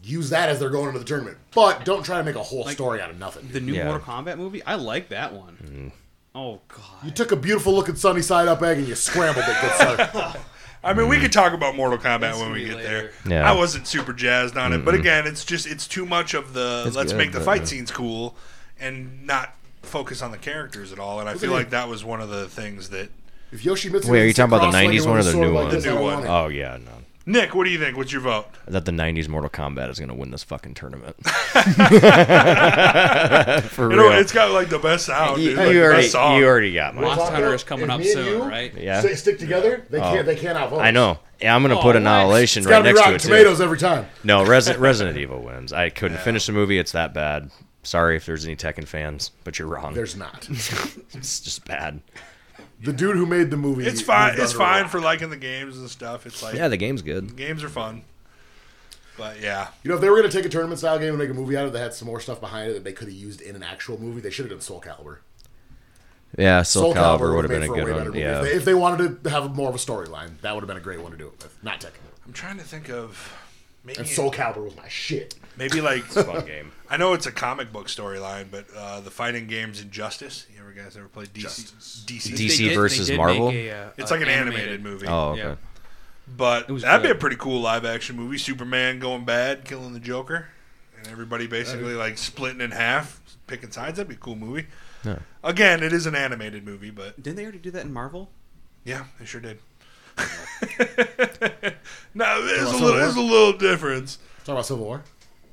use that as they're going into the tournament. But don't try to make a whole story out of nothing. The new Yeah. Hmm. Mortal Kombat movie, I like that one. Oh you god, took a beautiful looking sunny side up egg and you scrambled it, good sir. I mean, we could talk about Mortal Kombat This when will we be get later. there. Yeah. Mm-hmm. I wasn't super jazzed on it, but again, it's just it's too much of the It's let's good, make the but, fight uh, scenes cool and not focus on the characters at all. And I Look feel at like him. that was one of the things that If Yoshimitsu Wait, are you gets talking about the cross-legged 90s with one or a the sword new like one? this, The new I don't one. want it. Oh yeah, no. Nick. What do you think? What's your vote? That the '90s Mortal Kombat is gonna win this fucking tournament. For You real. know, it's got like the best sound. you, dude, like, you the already, best song. you already got mine. Lost Lock Hunter up. is coming If up me and soon, you right? Yeah. Oh. Stick, stick together. They can't. They can't outvote. I know. Yeah, I'm gonna Oh, put what? Annihilation It's right got to next be to Rotten it too. Tomatoes every time. No, Res- Resident Evil wins. I couldn't finish the movie. It's that bad. Sorry if there's any Tekken fans, but you're wrong. There's not. it's just bad. The dude who made the movie. It's fine. moved It's under a fine rock. for liking the games and stuff. It's like Yeah, the game's good. games are fun, but yeah, You know, if they were going to take a tournament style game and make a movie out of it that had some more stuff behind it that they could have used in an actual movie, they should have done Soul Calibur. Yeah, Soul, Calibur would would've have been made a for good way better one. movie. Yeah. If, they, if they wanted to have more of a storyline, that would have been a great one to do it with. Not Tekken. I'm trying to think of maybe And Soul Calibur was my shit. maybe like Fun game. I know it's a comic book storyline, but uh, the fighting games Injustice. You ever guys ever played DC? DC. They DC did- they versus did make Marvel? a, uh, It's a like an animated, movie. Oh, okay. Yeah. But was that'd be good. a pretty cool live action movie. Superman going bad, killing the Joker, and everybody basically like splitting in half, picking sides. That'd be a cool movie. Yeah. Again, it is an animated movie, but Didn't they already do that in Marvel? yeah, they sure did. no, there's a want some little, more? there's a little difference. Talking about Civil War.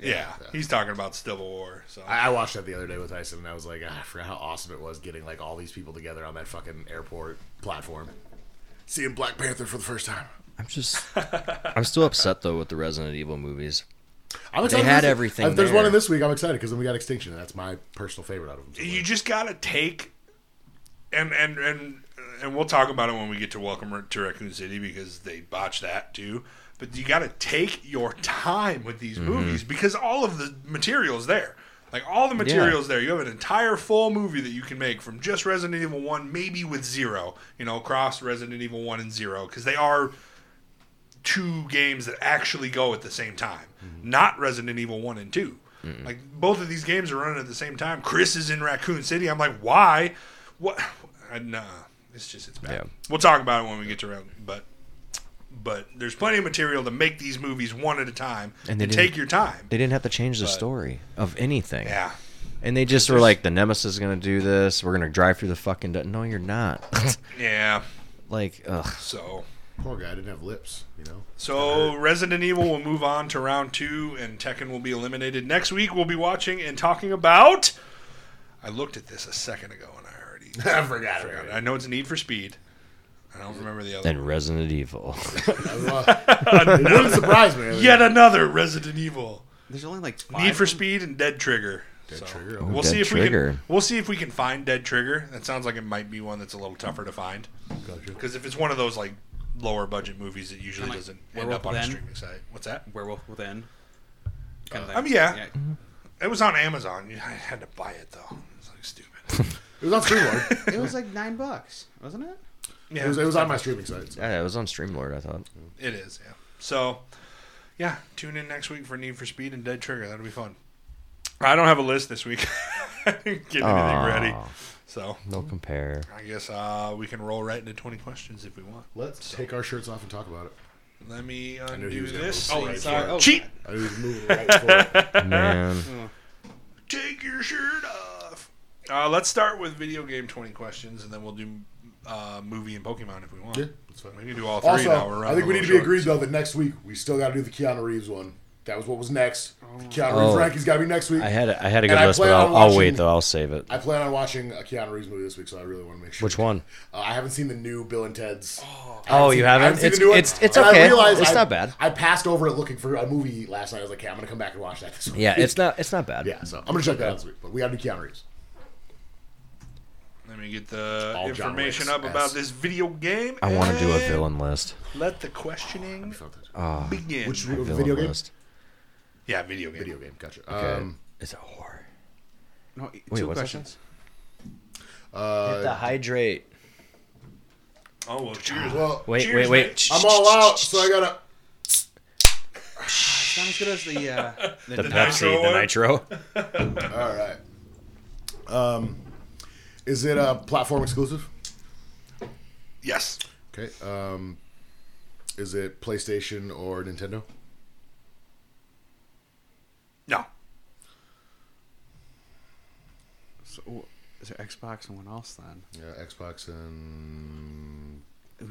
Yeah, he's talking about Civil War. So I, I watched that the other day with Tyson, and I was like, ah, I forgot how awesome it was getting like all these people together on that fucking airport platform, seeing Black Panther for the first time. I'm just, I'm still upset though with the Resident Evil movies. I'm They excited. for had this- everything If there's there. one in this week, I'm excited because then we got Extinction. And that's my personal favorite out of them. you just gotta take and and and and we'll talk about it when we get to welcome to raccoon city because they botched that too but you gotta take your time with these movies because all of the materials there like all the materials there you have an entire full movie that you can make from just resident evil 1 maybe with 0 you know cross resident evil 1 and 0 because they are two games that actually go at the same time, not Resident Evil 1 and 2. Like both of these games are running at the same time. Chris is in Raccoon City. I'm like, why? What? I, nah, it's just it's bad. Yeah. We'll talk about it when we get to round, but but there's plenty of material to make these movies one at a time And and, they didn't- take your time. They didn't have to change the story of anything. yeah. And they just were like, the Nemesis is gonna do this. We're gonna drive through the fucking. du-" No, you're not. Yeah. like, ugh. So Poor guy didn't have lips, you know. So Resident Evil will move on to round two, and Tekken will be eliminated next week. We'll be watching and talking about. I looked at this a second ago, and I already I forgot forgot. about it. I know it's Need for Speed. I don't remember the other. And Resident Evil. it. it wouldn't surprise me. Yet another Resident Evil. There's only like five. Need for of them. Speed and Dead Trigger. Dead Trigger, We'll Oh, Dead see if we Trigger. can. We'll see if we can find Dead Trigger. That sounds like it might be one that's a little tougher to find. Because if it's one of those like lower budget movies, it usually Kinda like doesn't end Werewolf up on a Within? streaming site. What's that? Werewolf Within. Kind of Uh, I mean, yeah. It was on Amazon. I had to buy it though. It's like stupid. It was on Streamlord. It was like nine bucks, wasn't it? yeah, It was, it was on my streaming site. so. yeah, it was on Streamlord. I thought. it is. Yeah. So, yeah, tune in next week for Need for Speed and Dead Trigger. That'll be fun. I don't have a list this week. I didn't get anything Aw. ready. So No compare. I guess uh, we can roll right into twenty questions if we want. Let's take our shirts off and talk about it. Let me knew he undo was gonna this. go Oh, right it's, for uh, it. oh, cheat. I was moving right before it. Man. Take your shirt off. Uh, let's start with video game twenty questions, and then we'll do uh, movie and Pokemon if we want. Yeah, that's fine. We can do all three now. We're Also, I running think a we little need to be short, agreed so- though that next week we still got to do the Keanu Reeves one. That was what was next. The Keanu Oh. Reeves ranking's got to be next week. I I, had a, I had a good And I list, but plan on I'll, I'll watching- wait though. I'll save it. plan on watching a Keanu Reeves movie this week, so I really want to make sure. Which one? Uh, I haven't seen the new Bill and Ted's. Oh, you haven't? It's- it's- it's okay. It's I, not bad. I passed over it looking for a movie last night. I was like, "Yeah, I'm gonna come back and watch that this week." Yeah, it's not it's not bad. yeah. So I'm gonna check that out this week. But we got to do Keanu Reeves. Let me get the All John information Wick's up about ass. this video game. I want to do a and villain list. Ah, Let the questioning begin. Which Villain video game? list. yeah, video game. Video game. Gotcha. Okay. Um, it's a horror. No, Wait, two what's that? questions. uh, the hydrate. Oh well, cheers. Well, Wait, Cheers, wait, wait. mate. Shh, I'm all out, so I gotta. It's not as good as the uh, the, The the Pepsi, nitro the one? nitro. All right. Um, is it a platform exclusive? Yes. Okay. Um, is it PlayStation or Nintendo? No. So, is there Xbox and what else then? Yeah, Xbox and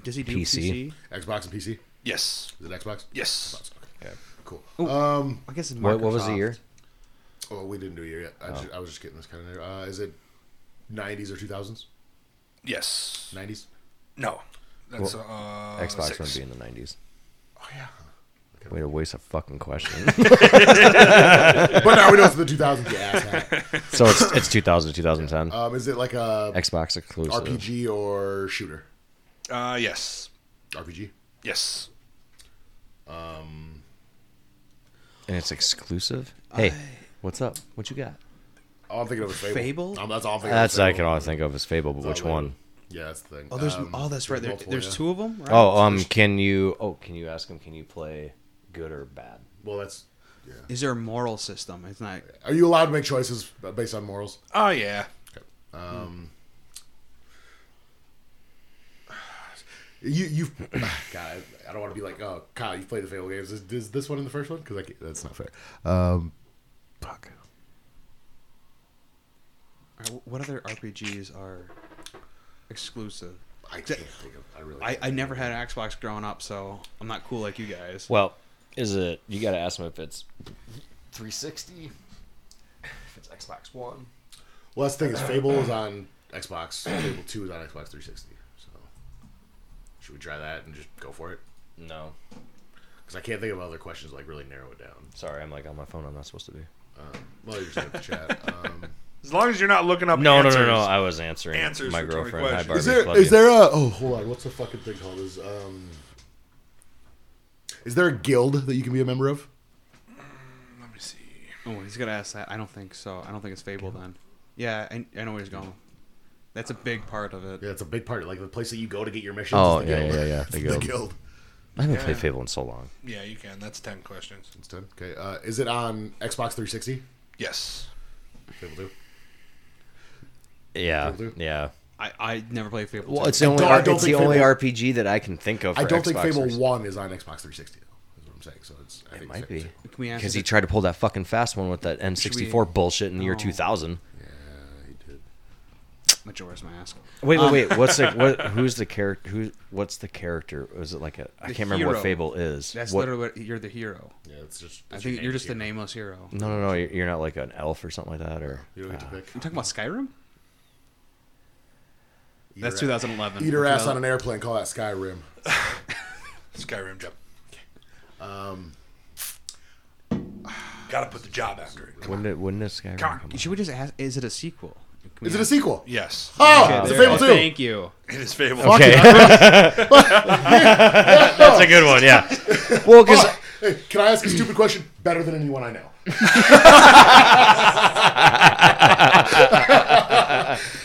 Does he do PC? PC? Xbox and PC. Yes. Is it Xbox? Yes. Cool. Um, I guess it's What, what was the Microsoft. year? oh, we didn't do a year yet. I, ju- I was just getting this kind of. Uh, is it 90s or 2000s? Yes. 90s. No. That's Well, uh, Xbox six. would be in the 90s. Oh yeah. Way to waste a fucking question. But now we know it's the 2000s. You asshat. so it's it's 2000 to 2010. Um, is it like a Xbox exclusive. RPG or shooter? Uh, yes. RPG. Yes. And it's exclusive? Hey, what's up? What you got? All I'm thinking of is Fable. Fable? Um, that's all I'm thinking. That's of is I Fable. can all I think of is Fable, but It's which all one? Yeah, that's the thing. Oh, there's Um, oh, that's right. There, multiple, there's yeah. two of them. Right? Oh, um, can you? Oh, can you ask him? Can you play good or bad? Well, that's. Yeah. is there a moral system? It's not. Are you allowed to make choices based on morals? Oh yeah. Um, you you God, I don't want to be like, oh, Kyle, you played the Fable games. Is, is this one in the first one? Because that's not fair. Um, fuck. Alright, wh- What other RPGs are exclusive? I can't think of. I really. I, I never had an Xbox growing up, so I'm not cool like you guys. Well, is it? You got to ask him if it's 360, if it's Xbox One. well, that's the thing is, Fable is on Xbox. Fable Two is on Xbox 360. So should we try that and just go for it? No, Because I can't think of other questions. Like really narrow it down. sorry, I'm like on my phone. I'm not supposed to be. Well, you just have to chat. Um, As long as you're not looking up. No, answers. no, no, no. I was answering Answers my for 20 girlfriend. Hi, questions. Barbie. Is there Love is there a you. oh hold on what's the fucking thing called is um is there a guild that you can be a member of? Let me see. Oh, he's gonna ask that. I don't think so. I don't think it's Fable then. Yeah, I, I know where he's going. That's a big part of it. Yeah, it's a big part. Like the place that you go to get your missions. Oh is the yeah, guild. yeah, yeah, yeah. The The guild. guild. I haven't played Fable in so long. Yeah, you can. That's ten questions. It's done. Okay. Uh, is it on Xbox 360? Yes. Fable do. Yeah, Fable two? yeah. I, I never played Fable. Well, two. it's the only don't- I R- don't it's the think only Fable- RPG that I can think of. I for don't think Xbox Fable 360. One is on Xbox 360 though. Is what I'm saying. So it's I think It might it's be Fable Can we ask because if he it- tried to pull that fucking fast one with that N64 bullshit in the year No. 2000. two. Yeah, he did. Majora's Mask. Um, Wait, Um, wait, wait. What's the what? Who's the character? Who? What's the character? Is it like a? I The can't remember hero. what Fable is. That's what, literally what, you're the hero. Yeah, it's just. I it's think your you're name just here. the nameless hero. No, no, no. You're you're not like an elf or something like that, or uh, You don't get to pick. I'm talking about Skyrim. Eat That's her ass- 2011. Eat her ass on an airplane. Call that Skyrim. Skyrim job. Um. Gotta put the job after it. wouldn't it? Wouldn't it Skyrim? Cock. Come Should we just ask? Is it a sequel? Can we Is it a ask- sequel? Yes. Oh, it's a There- Fable Two. Thank you. It is Fable. on. Okay, that's a good one. Yeah. Well, because Oh, hey, can I ask a stupid question? Better than anyone I know.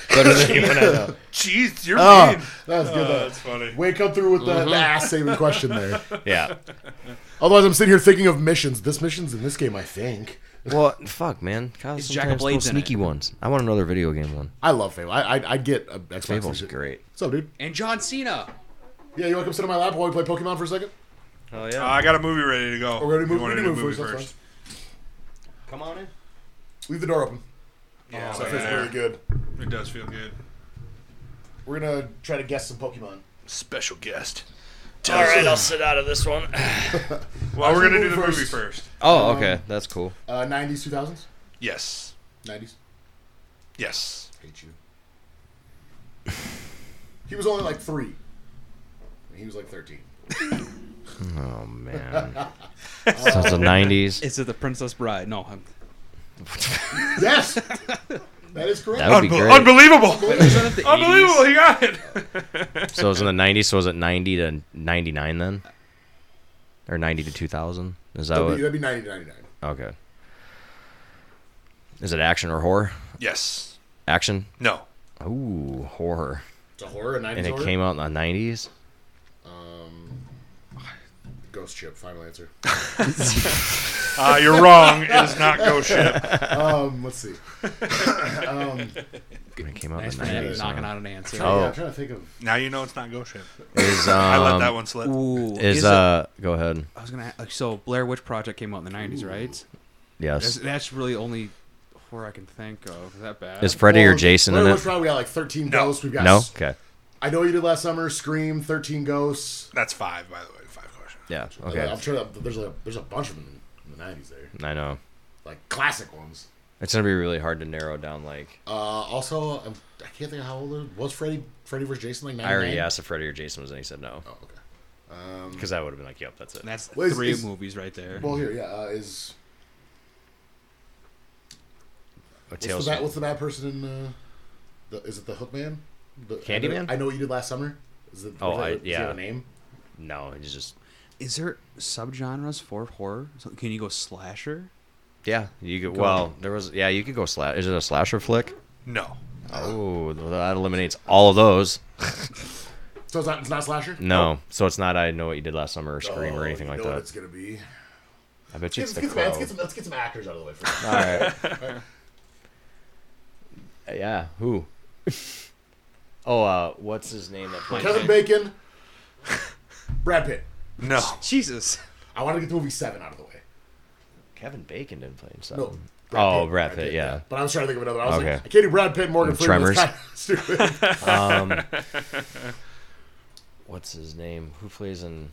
better than anyone I know. Jeez, you're mean. That's Oh, good. though. that's funny. Mm-hmm. Wake up through with the, the ass saving question there. Yeah. Otherwise, I'm sitting here thinking of missions. This mission's in this game, I think. Well, fuck, man. Kyle's Is Jack sometimes little Blades in it? sneaky ones. I want another video game one. I love Fable. I I, I get a Xbox. Fable's shit. great. What's up, dude? And John Cena. Yeah, you want to come sit on my lap while we play Pokemon for a second? Oh Uh, I got a movie ready to go. We're gonna You move. wanna We can do move a first. That's Come on in. fine. Leave the door open. Yeah, So that Oh, yeah, feels really good. It does feel good. We're gonna try to guess some Pokemon. Special guest. All right, I'll sit out of this one. Well, we're Let's gonna do do the first. movie first. Oh, okay. That's cool. Uh, 90s, 2000s, Yes. 90s. Yes. Hate you. he was only like three. He was like 13. Oh man. so it's the 90s. Is it the Princess Bride? No. I'm, Yes, that is correct. Oh, That would be Unbe- great. unbelievable. Isn't it the 80s? unbelievable. He got it. So it was in the 90s. So was it 90 to 99 then? Or 90 to 2000? Is that That'd be, what? that'd be 90 to 99. Okay. Is it action or horror? Yes. Action. No. Ooh, horror. It's a horror, a 90s And it horror? came out in the nineties. Ghost Chip, final answer. Uh, you're wrong. It is not Ghost Ship. um, let's see. Oh. It came out in Thanks the for knocking nineties. out an answer. Oh. Yeah, I'm trying to think of. Now you know it's not Ghost Ship. Is um, I let that one Oh, slip. Ooh, is it- uh go ahead. I was gonna. Like, so Blair Witch Project came out in the '90s, right? That's, Yes. that's really only horror I can think of. Is that bad? Is Freddy or Well, Jason Blair in Witch it? Project, we got like 13 No. ghosts. We've got. No. S- Okay. I know you did last summer. Scream, 13 ghosts. That's five, by the way. Five questions. Yeah. I'm Okay. sure that there's a there's a bunch of them in the 90s there, I know. like classic ones. It's gonna be really hard to narrow down. Like Uh, also, I'm, I can't think of how old it was. was Freddy Freddy vs Jason like 99? I already asked if Freddy or Jason was, and he said no. Oh, okay. Because I would have been like, "Yep, that's it." that's Well, is- three is- movies right there. Well, here, yeah, uh, is Or what's Tales. the, bad, what's the bad person in? Uh, the, is it the Hook Man? The, I Candyman? know, I know what you did last summer. Is it? Oh, does I- it- does it have yeah. a name. No, it's just Is there subgenres for horror? So can you go slasher? yeah. You could well, there was yeah. You could go slash. Is it a slasher flick? No. Oh, that eliminates all of those. So it's not it's not slasher. No, so it's not. I know what you did last summer, or Oh, Scream, or anything you like know What it's that. gonna be. I bet you Let's it's get, the some- let's, crow. get some, let's get some actors out of the way first. All right. yeah. Who? Oh, uh, what's his name? That plays Kevin Bacon, Brad Pitt. No. Jesus. I want to get the movie Seven out of the way. Kevin Bacon didn't play himself. No. Oh, Brad Pitt, yeah. But I was trying to think of another. one. I was Okay. like, I can't do Brad Pitt, and Morgan And Freeman. It's Tremors. kind of stupid. Um, what's his name? Who plays in?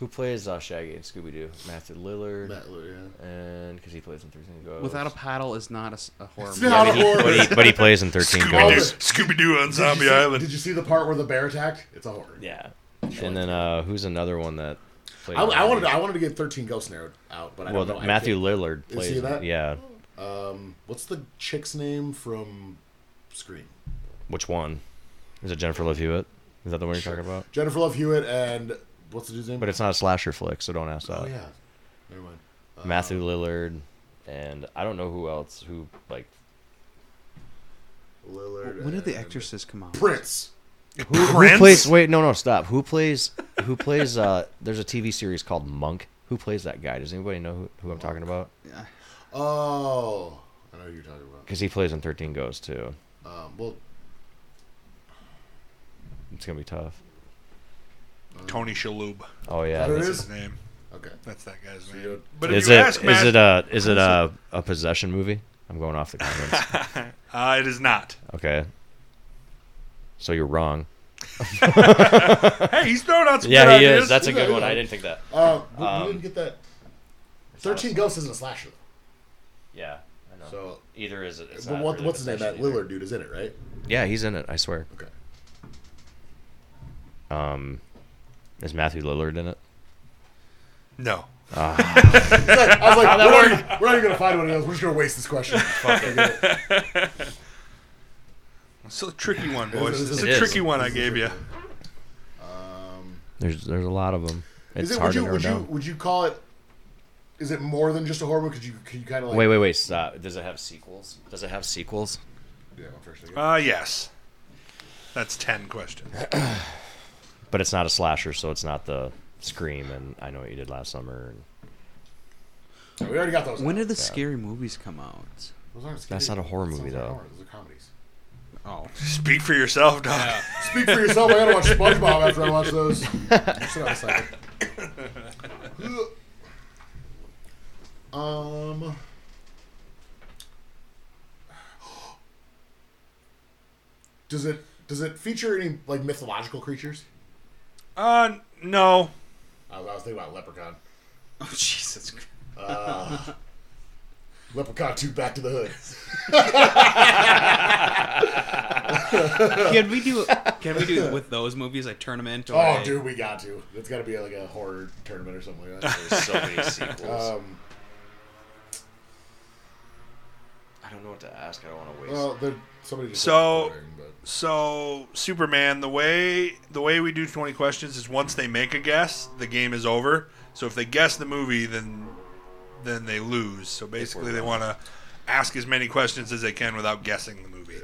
Who plays uh, Shaggy in Scooby Doo? Matthew Lillard, Matt Lillard, and because he plays in Thirteen Ghosts. Without a paddle is not a s- a, horror It's movie. not a but, he, horror. but, he, but he plays in Thirteen All Scooby Ghosts. the- Doo. Scooby Doo on Did you Zombie see- Island. Did you see the part where the bear attacked? It's a horror. Yeah. And then uh, who's another one that? Played I, I wanted to, I wanted to get thirteen ghosts narrowed out, but I Well, don't know. I Matthew can't- Lillard Is plays. he that? Yeah. What's the chick's name from Scream? Which one? Is it Jennifer Love Hewitt? Is that the one you're talking about? Jennifer Love Hewitt and what's the dude's name? But it's uh, not a slasher flick, so don't ask that. oh yeah, never mind. Matthew Lillard, and I don't know who else who like Lillard. When did The and- Exorcist come out? Prince? who, Prince? who plays. Wait, no, no, stop. Who plays? Who plays? Uh, there's a TV series called Monk. Who plays that guy? Does anybody know who, who I'm talking about? Oh, I know who you're talking about. Because he plays in Thirteen Ghosts too. Um, well, It's gonna be tough. Tony Shalhoub. Oh yeah. Is that who it that's- is? His name. okay. That's that guy's name. you- But if Is you it ask Matt, is it a is it a, a possession movie? I'm going off the comments. uh, it is not. okay. So you're wrong. Hey, he's throwing out some good Yeah, he ideas. is. That's a Yeah, good one. yeah. I didn't think that. Uh, we, we Um, didn't get that. Thirteen Ghosts isn't a slasher though. Yeah, I know. So, either is it. but what, what's his name? That Lillard dude is in it, right? Yeah, he's in it. I swear. Okay. Um, is Matthew Lillard in it? no. I was like, we're, not even, we're not even gonna find one of those. We're just gonna waste this question. It's a tricky one, boys. It It's is. a tricky one I gave you. There's there's a lot of them. It's Is it, would hard you to narrow would you down. would you call it? Is it more than just a horror movie? Could you could you kind of like Wait, wait, wait. Stop. Does it have sequels? Does it have sequels? Yeah, well, first I get- Uh, yes. That's 10 questions. But it's not a slasher, so it's not the Scream and I Know What You Did Last Summer. And we already got those. When did the scary movies come out? Those aren't scary. That's not a horror Those movie, aren't though. horror, Those are comedies. Oh, Speak for yourself, dog. Speak for yourself. I gotta watch SpongeBob after I watch those. Sit down a second. Um. Does it does it feature any like mythological creatures? Uh, no. I was, I was thinking about Leprechaun. Uh, oh Jesus! Christ. Leprechaun Two: Back to the Hood. Can we do? Can we do with those movies? Like turn them into. Oh, a- dude, we got to. It's got to be like a horror tournament or something like that. There's so many sequels. um, I don't know what to ask. I don't want to waste. well, there, somebody just So- said Wolverine, but- So, Superman, the way the way we do 20 questions is once they make a guess, the game is over. So if they guess the movie, then then they lose. So basically, they want to ask as many questions as they can without guessing the movie.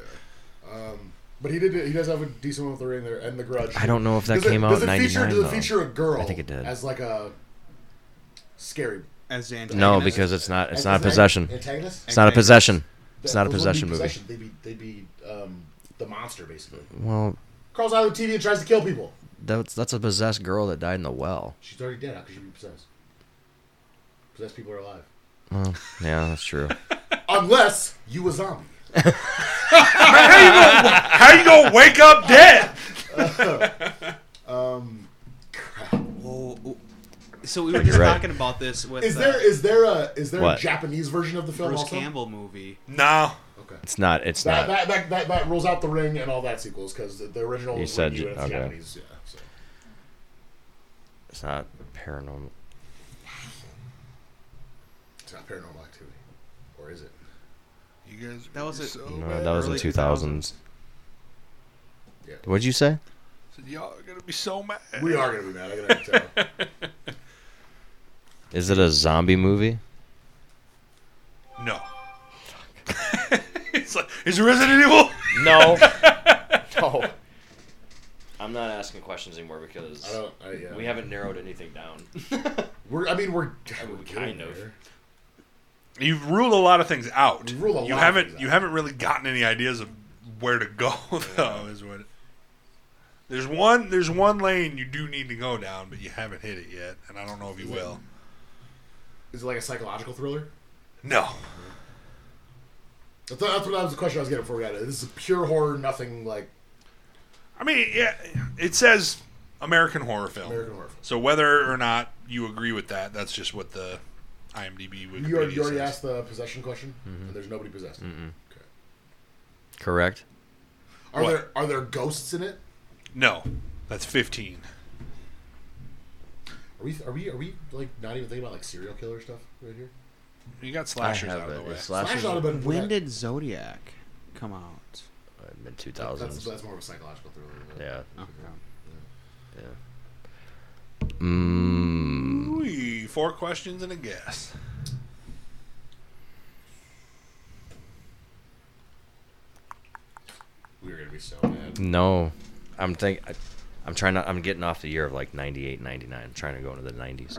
But he did. He does have a decent one with the ring there and the grudge. I don't know if that Does it- came out does in it feature, 99, Does it though. feature a girl? I think it did. as like a scary. As the No, antagonist. because it's not. It's Is not a that possession. Antagonist. It's not a Antagonist. possession. It's That- not a those wouldn't be possession movie. They'd be they'd be um, the monster basically. Well, Crawls out of the TV and tries to kill people. that's that's a possessed girl that died in the well. She's already dead. How could she be possessed? Possessed people are alive. Well, yeah, that's true. Unless you a zombie. How you gonna wake up dead? Oh, oh. So we were just You're right. talking about this with Is uh, there is there a is there What? a Japanese version of the film Bruce also? Campbell movie. No. Okay. It's not. It's That, not. that, that, that, that rules out the ring and all that sequels because the, the original You was said Ringu j- and it's okay. Japanese. Yeah, so. It's not paranormal. It's not paranormal activity, or is it? You guys That was it. Oh, so No, bad. that was in Early two thousands. Yeah. What'd you say? Said, Y'all are gonna be so mad. We are gonna be mad. I gotta tell. Is it a zombie movie? No. it's like, is it Resident Evil? No. no. I'm not asking questions anymore because I don't. I, yeah. we haven't narrowed anything down. We're. I mean, we're. mean, we're kind getting of. there. You've ruled a lot of things out. We've ruled a you lot of haven't things out. you haven't really gotten any ideas of where to go though. Is what. There's one there's one lane you do need to go down, but you haven't hit it yet, and I don't know if you will. Is it like a psychological thriller? No. That's, that's what that was the question I was getting before we got it. This is pure horror, nothing like I mean, yeah, it says American horror film. American horror. Film. So whether or not you agree with that, that's just what the IMDb Wikipedia You already, you already says. asked the possession question, and there's nobody possessed. Okay. Correct. Are What? there are there ghosts in it? No, that's 15. Are we are we are we like not even thinking about like serial killer stuff right here? You got slashers out of the way. It's slashers. Slash oughta been When that- did Zodiac come out? Mid two That's, thousands. that's more of a psychological thriller. but- Yeah. Okay. Yeah. Mm, Ooh, four questions and a guess. We were gonna be so mad. no, I'm think I, I'm trying to. I'm getting off the year of like 98, 99. I'm trying to go into the nineties.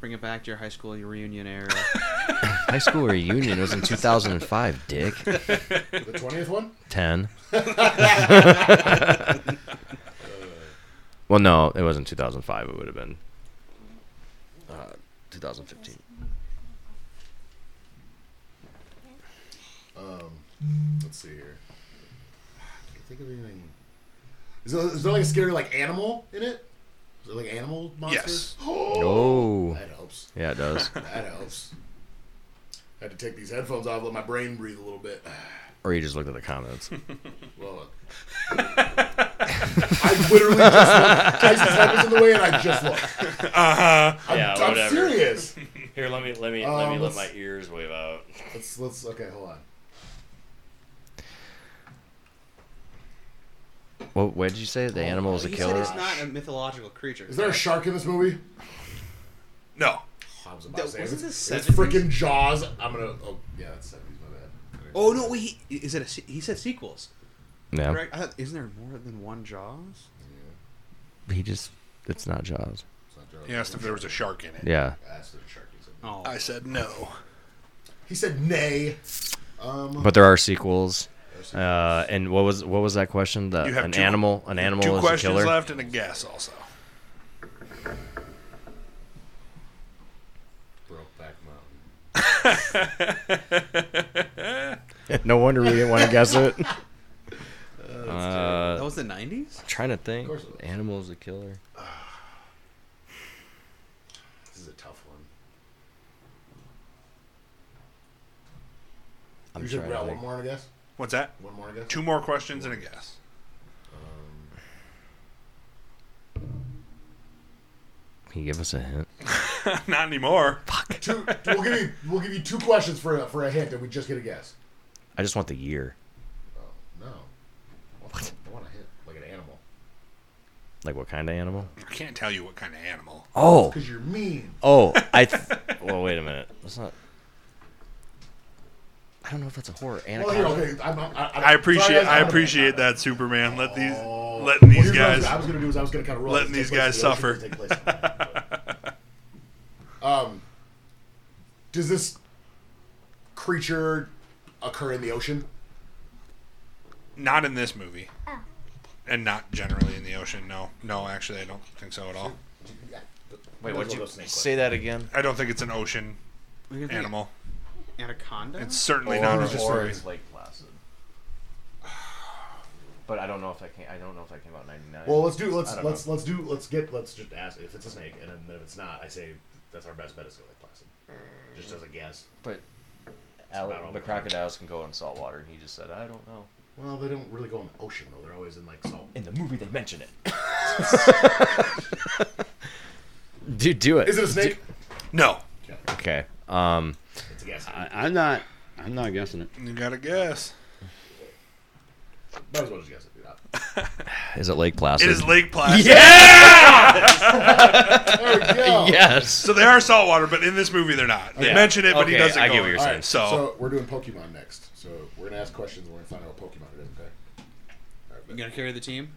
Bring it back to your high school reunion era. High school reunion was in two thousand and five. Dick. The twentieth one? Ten. well, no, it wasn't two thousand five. It would have been uh, two thousand fifteen. Let's see here. I can't think of anything. Is there, is there like a scary like animal in it? Is there like animal monsters? Oh. That helps. Yeah, it does. That helps. I had to take these headphones off, let my brain breathe a little bit. or you just looked at the comments. Well, uh, I literally just looked. Tyson's head was in the way, and I just looked. Uh Uh-huh. huh. I'm, Yeah, I'm whatever. serious. Here, let me let let me me Um, let my let's- ears wave out. Let's let's okay. Hold on. What? Where did you say the animal was a he said killer? it's not a mythological creature. Is there a shark in this movie? Oh, No. I was about That- to say. wasn't It's, this it's freaking Jaws. I'm gonna. Oh yeah, that's seventies. My bad. Oh no, wait. He, is it a? se- He said sequels. No, Correct. I thought, isn't there more than one Jaws? he just. It's not Jaws. It's not Jaws. He asked if there was a shark in it. Yeah. I asked if the shark was in it. Oh, I said no. He said nay. Um, But there are sequels. sequels. Uh, and what was what was that question? The, You have an two- animal, an animal Two is a questions killer. left and a guess also. Brokeback Mountain. no wonder we didn't want to guess it. that was the '90s. trying to think. course it was. Animal is a killer. This is a tough one. I'm you should trying to grab one think. more, I guess. What's that? One more, I guess. Two more questions and a guess. Can you give us a hint? Not anymore. Two- we'll give you. We'll give you two questions for a, for a hint, and we just get a guess. I just want the year, Oh no. What? I want a hint, like an animal. like what kind of animal? I can't tell you what kind of animal. Oh, Cause you're mean. oh, I. Th- well, wait a minute. That's not. I don't know if that's a horror. Well, here, Anaconda. okay. I'm, I'm, I'm, I appreciate I appreciate that Superman. Let these letting these guys. I was gonna do is I was gonna kind of roll. letting Take these place guys in the ocean, suffer. take place in the- um, does this creature occur in the ocean? Not in this movie. And not generally in the ocean. No, no, actually, I don't think so at all. Wait, what'd you Those snake say that again? I don't think it's an ocean What do you think? animal. Anaconda? It's certainly not in this movie. Lake Placid. But I don't know if that came. I don't know if that came out in '99. Well, let's do let's I don't let's let's do let's get let's just ask if it's a snake, and then if it's not, I say that's our best bet is to go like Placid, just as a guess. but about all the the- crocodiles can go in salt water, and he just said, "I don't know." Well, they don't really go in the ocean though; they're always in like salt. In the movie, they mention it. Dude, do it. Is it a snake? No, Okay. Um, It's a guess. I, I'm not. I'm not guessing it. you gotta guess. Might as well just guess it. Dude. is it Lake Placid? It is Lake Placid. There we go. Yes. So they are saltwater, but in this movie they're not. They Yeah. mention it, but he Okay, doesn't. I go get what you're there. All saying. right, so. So, we're doing Pokemon next. So we're gonna ask questions. and We're gonna find out what Pokemon it is. Okay. All right, You gonna carry the team?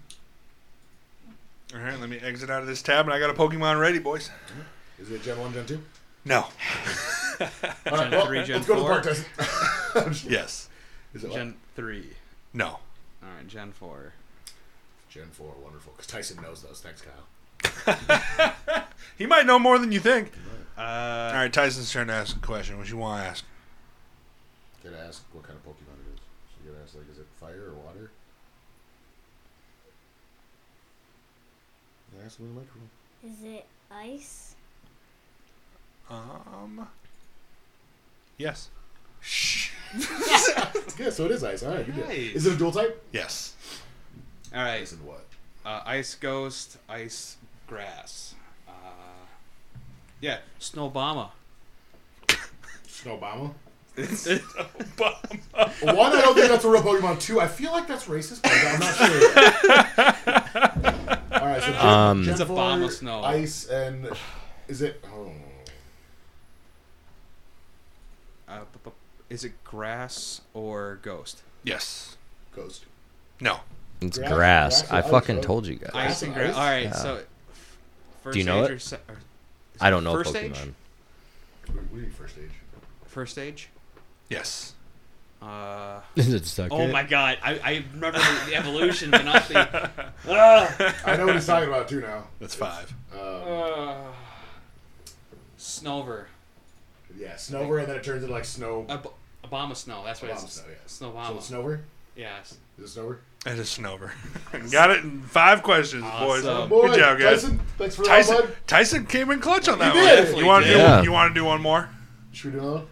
all right, let me exit out of this tab, and I got a Pokemon ready, boys. but is it Gen One, Gen Two? No. All right, well, three, Gen let's go to the four. park test. I'm just- Yes. Is it Gen, Gen three. No. All right, Gen four. Gen Four? Wonderful, because Tyson knows those. Thanks, Kyle. He might know more than you think. Uh, All right, Tyson's trying to ask a question. What you want to ask? Did I ask what kind of Pokemon it is? So you gotta ask like, is it fire or water? Did I ask him in the microphone? Is it ice? Um. Yes. Yeah, so it is ice. All right, you did. Nice. Is it a dual type? Yes. all right. and what? Uh, ice ghost, ice grass. Uh, yeah, Snowbama. Uh, Snowbama. Obama. One, I don't think that's a real Pokemon. Two, I feel like that's racist, but I'm not sure. All right, so Gen, Um, Gen It's a four, bomb of snow. ice, and is it? Oh, Uh, bu- bu- is it grass or ghost? Yes. ghost. No. It's Grass- grass. grass I is fucking ice, told you guys. Grass Ice and and grass. ice? All right, so first you know age it? or se- or- I don't know first Pokemon. Age? What do you mean first stage? First age. Yes. Uh, Is it second? oh my god, I, I remember the, the evolution, Ah. but not the. I know what he's talking about too now. That's five. Um, Uh, Snover. yeah, Snover, and then it turns into like snow. Ab- Obama Snow. That's what it's. Obama Snow, Snowbama. So it's Snover. Yes. Is it Snover? It is Snover. Got it in five questions, boys. Awesome. Boy, Good job, guys. Tyson, thanks for Tyson, that, bud. Tyson came in clutch on that He one. did. You want to do? Yeah. You want to do one more? Should we do another? one?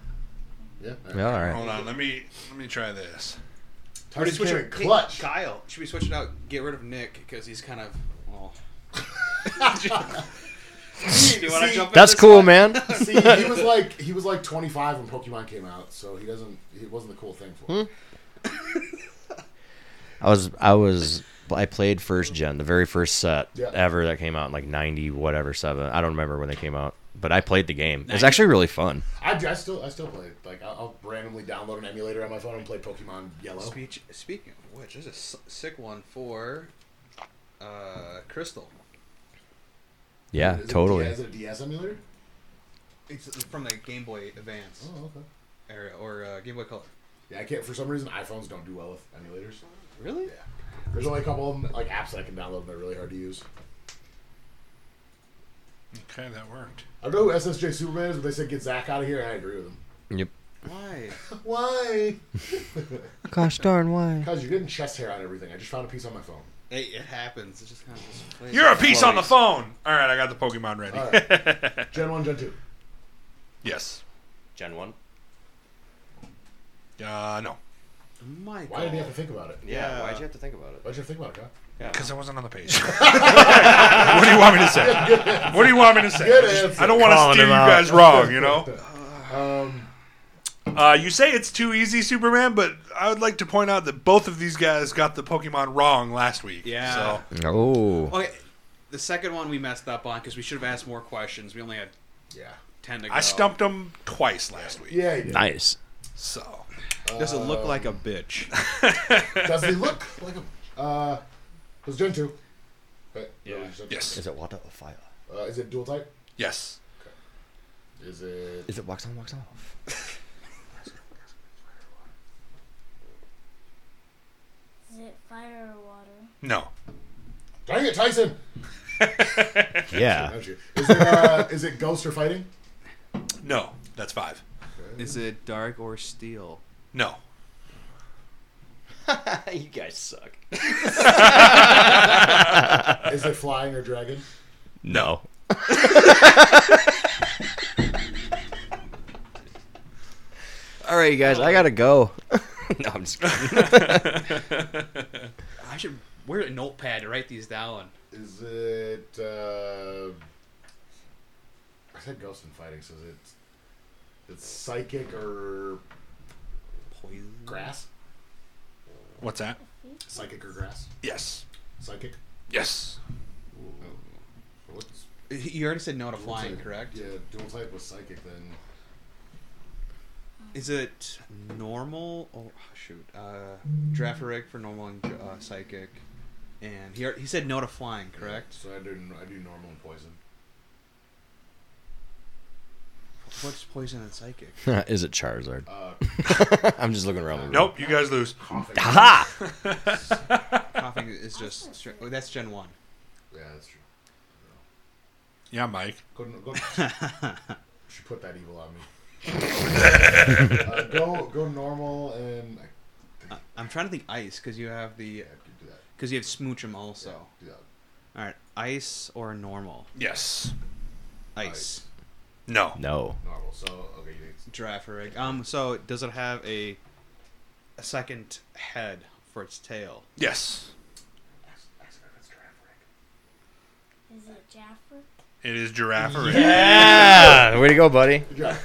Yeah. all right. Yeah, all right. Hold on. Let me let me try this. Tyson came in Hey, clutch. Kyle. Should we switch it out? Get rid of Nick because he's kind of. Oh. Do you want to jump in That's this cool, one? man. See, he was like he was like 25 when Pokemon came out, so he doesn't. It wasn't the cool thing for him. I was I was I played first gen, the very first set Yeah. ever that came out in like ninety whatever seven. I don't remember when they came out, but I played the game. It's 90. actually really fun. I, I still I still play it. Like I'll, I'll randomly download an emulator on my phone and play Pokemon Yellow. Speech, speaking of which, there's a s- sick one for uh, Crystal. Yeah, Is it a totally. D- is it a DS emulator? It's from the Game Boy Advance Oh, okay. era or uh, Game Boy Color. Yeah, I can't. For some reason, iPhones don't do well with emulators. Really? Yeah. There's only a couple of them, like apps that I can download that are really hard to use. Okay, that worked. I don't know who SSJ Superman is, but they said get Zach out of here, and I agree with them. Yep. Why? Why? Gosh darn why? Because you're getting chest hair on everything. I just found a piece on my phone. it, it happens. It just kind of just. plays You're a out. piece on the Flows. phone. All right, I got the Pokemon ready. All right. Gen one, Gen two. yes. Gen one. Uh, no, Michael. Why did you have to think about it? Yeah. Why'd you have to think about it? Why'd you have to think about it, Kyle? because I wasn't on the page. what do you want me to say? What do you want me to say? Good I just- answer. I don't want to Calling steer him you out. guys wrong. You know. Um, Uh, you say it's too easy, Superman, but I would like to point out that both of these guys got the Pokemon wrong last week. Yeah. So Oh. Okay, the second one we messed up on because we should have asked more questions. We only had yeah. ten to go. I stumped them twice last week. Yeah, he did. Nice. So Does it look like a bitch? Does he look like a? Uh, was Gen two? Right. Yeah. No, he's Gen two. Yes. Is it water or fire? Uh, is it dual type? Yes. Is it? Is it wax on, wax off? Is it fire or water? No. Dang it, Tyson! Yeah. Aren't you? Is it? Uh, is it ghost or fighting? No. That's five. Is it dark or steel? No. you guys suck. Is it flying or dragon? No. All right, you guys, I gotta go. no, I'm just kidding. I should wear a notepad to write these down. Is it? Uh, I said ghost and fighting, so is it? It's psychic or Poison. grass? What's that? Psychic or grass? Yes. Psychic. Oh. Yes. What's, You already said no to flying, what's it? correct? Yeah, dual type was psychic then. Is it normal? Oh shoot, uh, Drafferic for normal and uh, psychic, and he al- he said no to flying, correct? So I do I do normal and poison. What's poison and psychic? Is it Charizard? Uh, I'm just looking around. the room. Nope. You guys lose. Ha! Coughing is just stra- oh, that's Gen One. yeah, that's true. Yeah, Mike. Go, go, she put that evil on me. uh, go go normal and I Uh, I'm trying to think ice because you have the yeah, I could do that. because you have smoochum also. Do that. All right, ice or normal Yes. ice. Ice. No. No. Normal. So okay, you think Drafferic. Um, so does it have a a second head for its tail? Yes. Is it Jaffer? It is giraffe. or- Yeah. Way to go, buddy. job.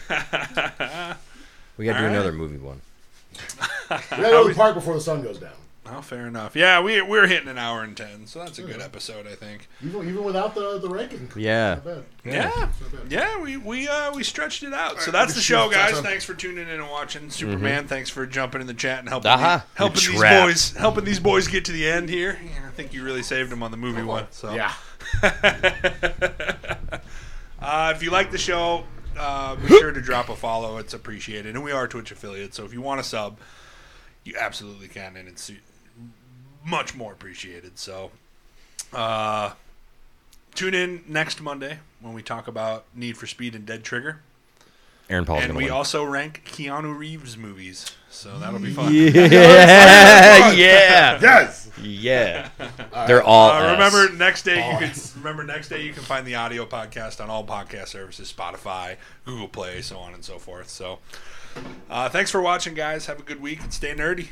We gotta do All right. another movie one. we gotta go to the park before the sun goes down. Oh, fair enough. Yeah, we we're hitting an hour and ten, so that's a good episode, I think. Even even without the the ranking. Yeah. Not bad. Yeah. yeah. Not bad. we we uh, we stretched it out. So that's the show, guys. Thanks for tuning in and watching. Superman, thanks for jumping in the chat and helping Uh-huh. the- helping You're these trapped. boys helping these boys get to the end here. Yeah, I think you really saved them on the movie one. So Yeah. Uh, if you like the show, uh, be sure to drop a follow. It's appreciated, and we are Twitch affiliates. So if you want to sub, you absolutely can, and it's much more appreciated. So uh, tune in next Monday when we talk about Need for Speed and Dead Trigger, Aaron Paul's and gonna we win. also rank Keanu Reeves movies. So that'll be fun. yeah. Yeah. Yes. Yeah. They're all. Uh, us. remember next day you can remember next day you can find the audio podcast on all podcast services, Spotify, Google Play, so on and so forth. So, uh, thanks for watching, guys. Have a good week and stay nerdy.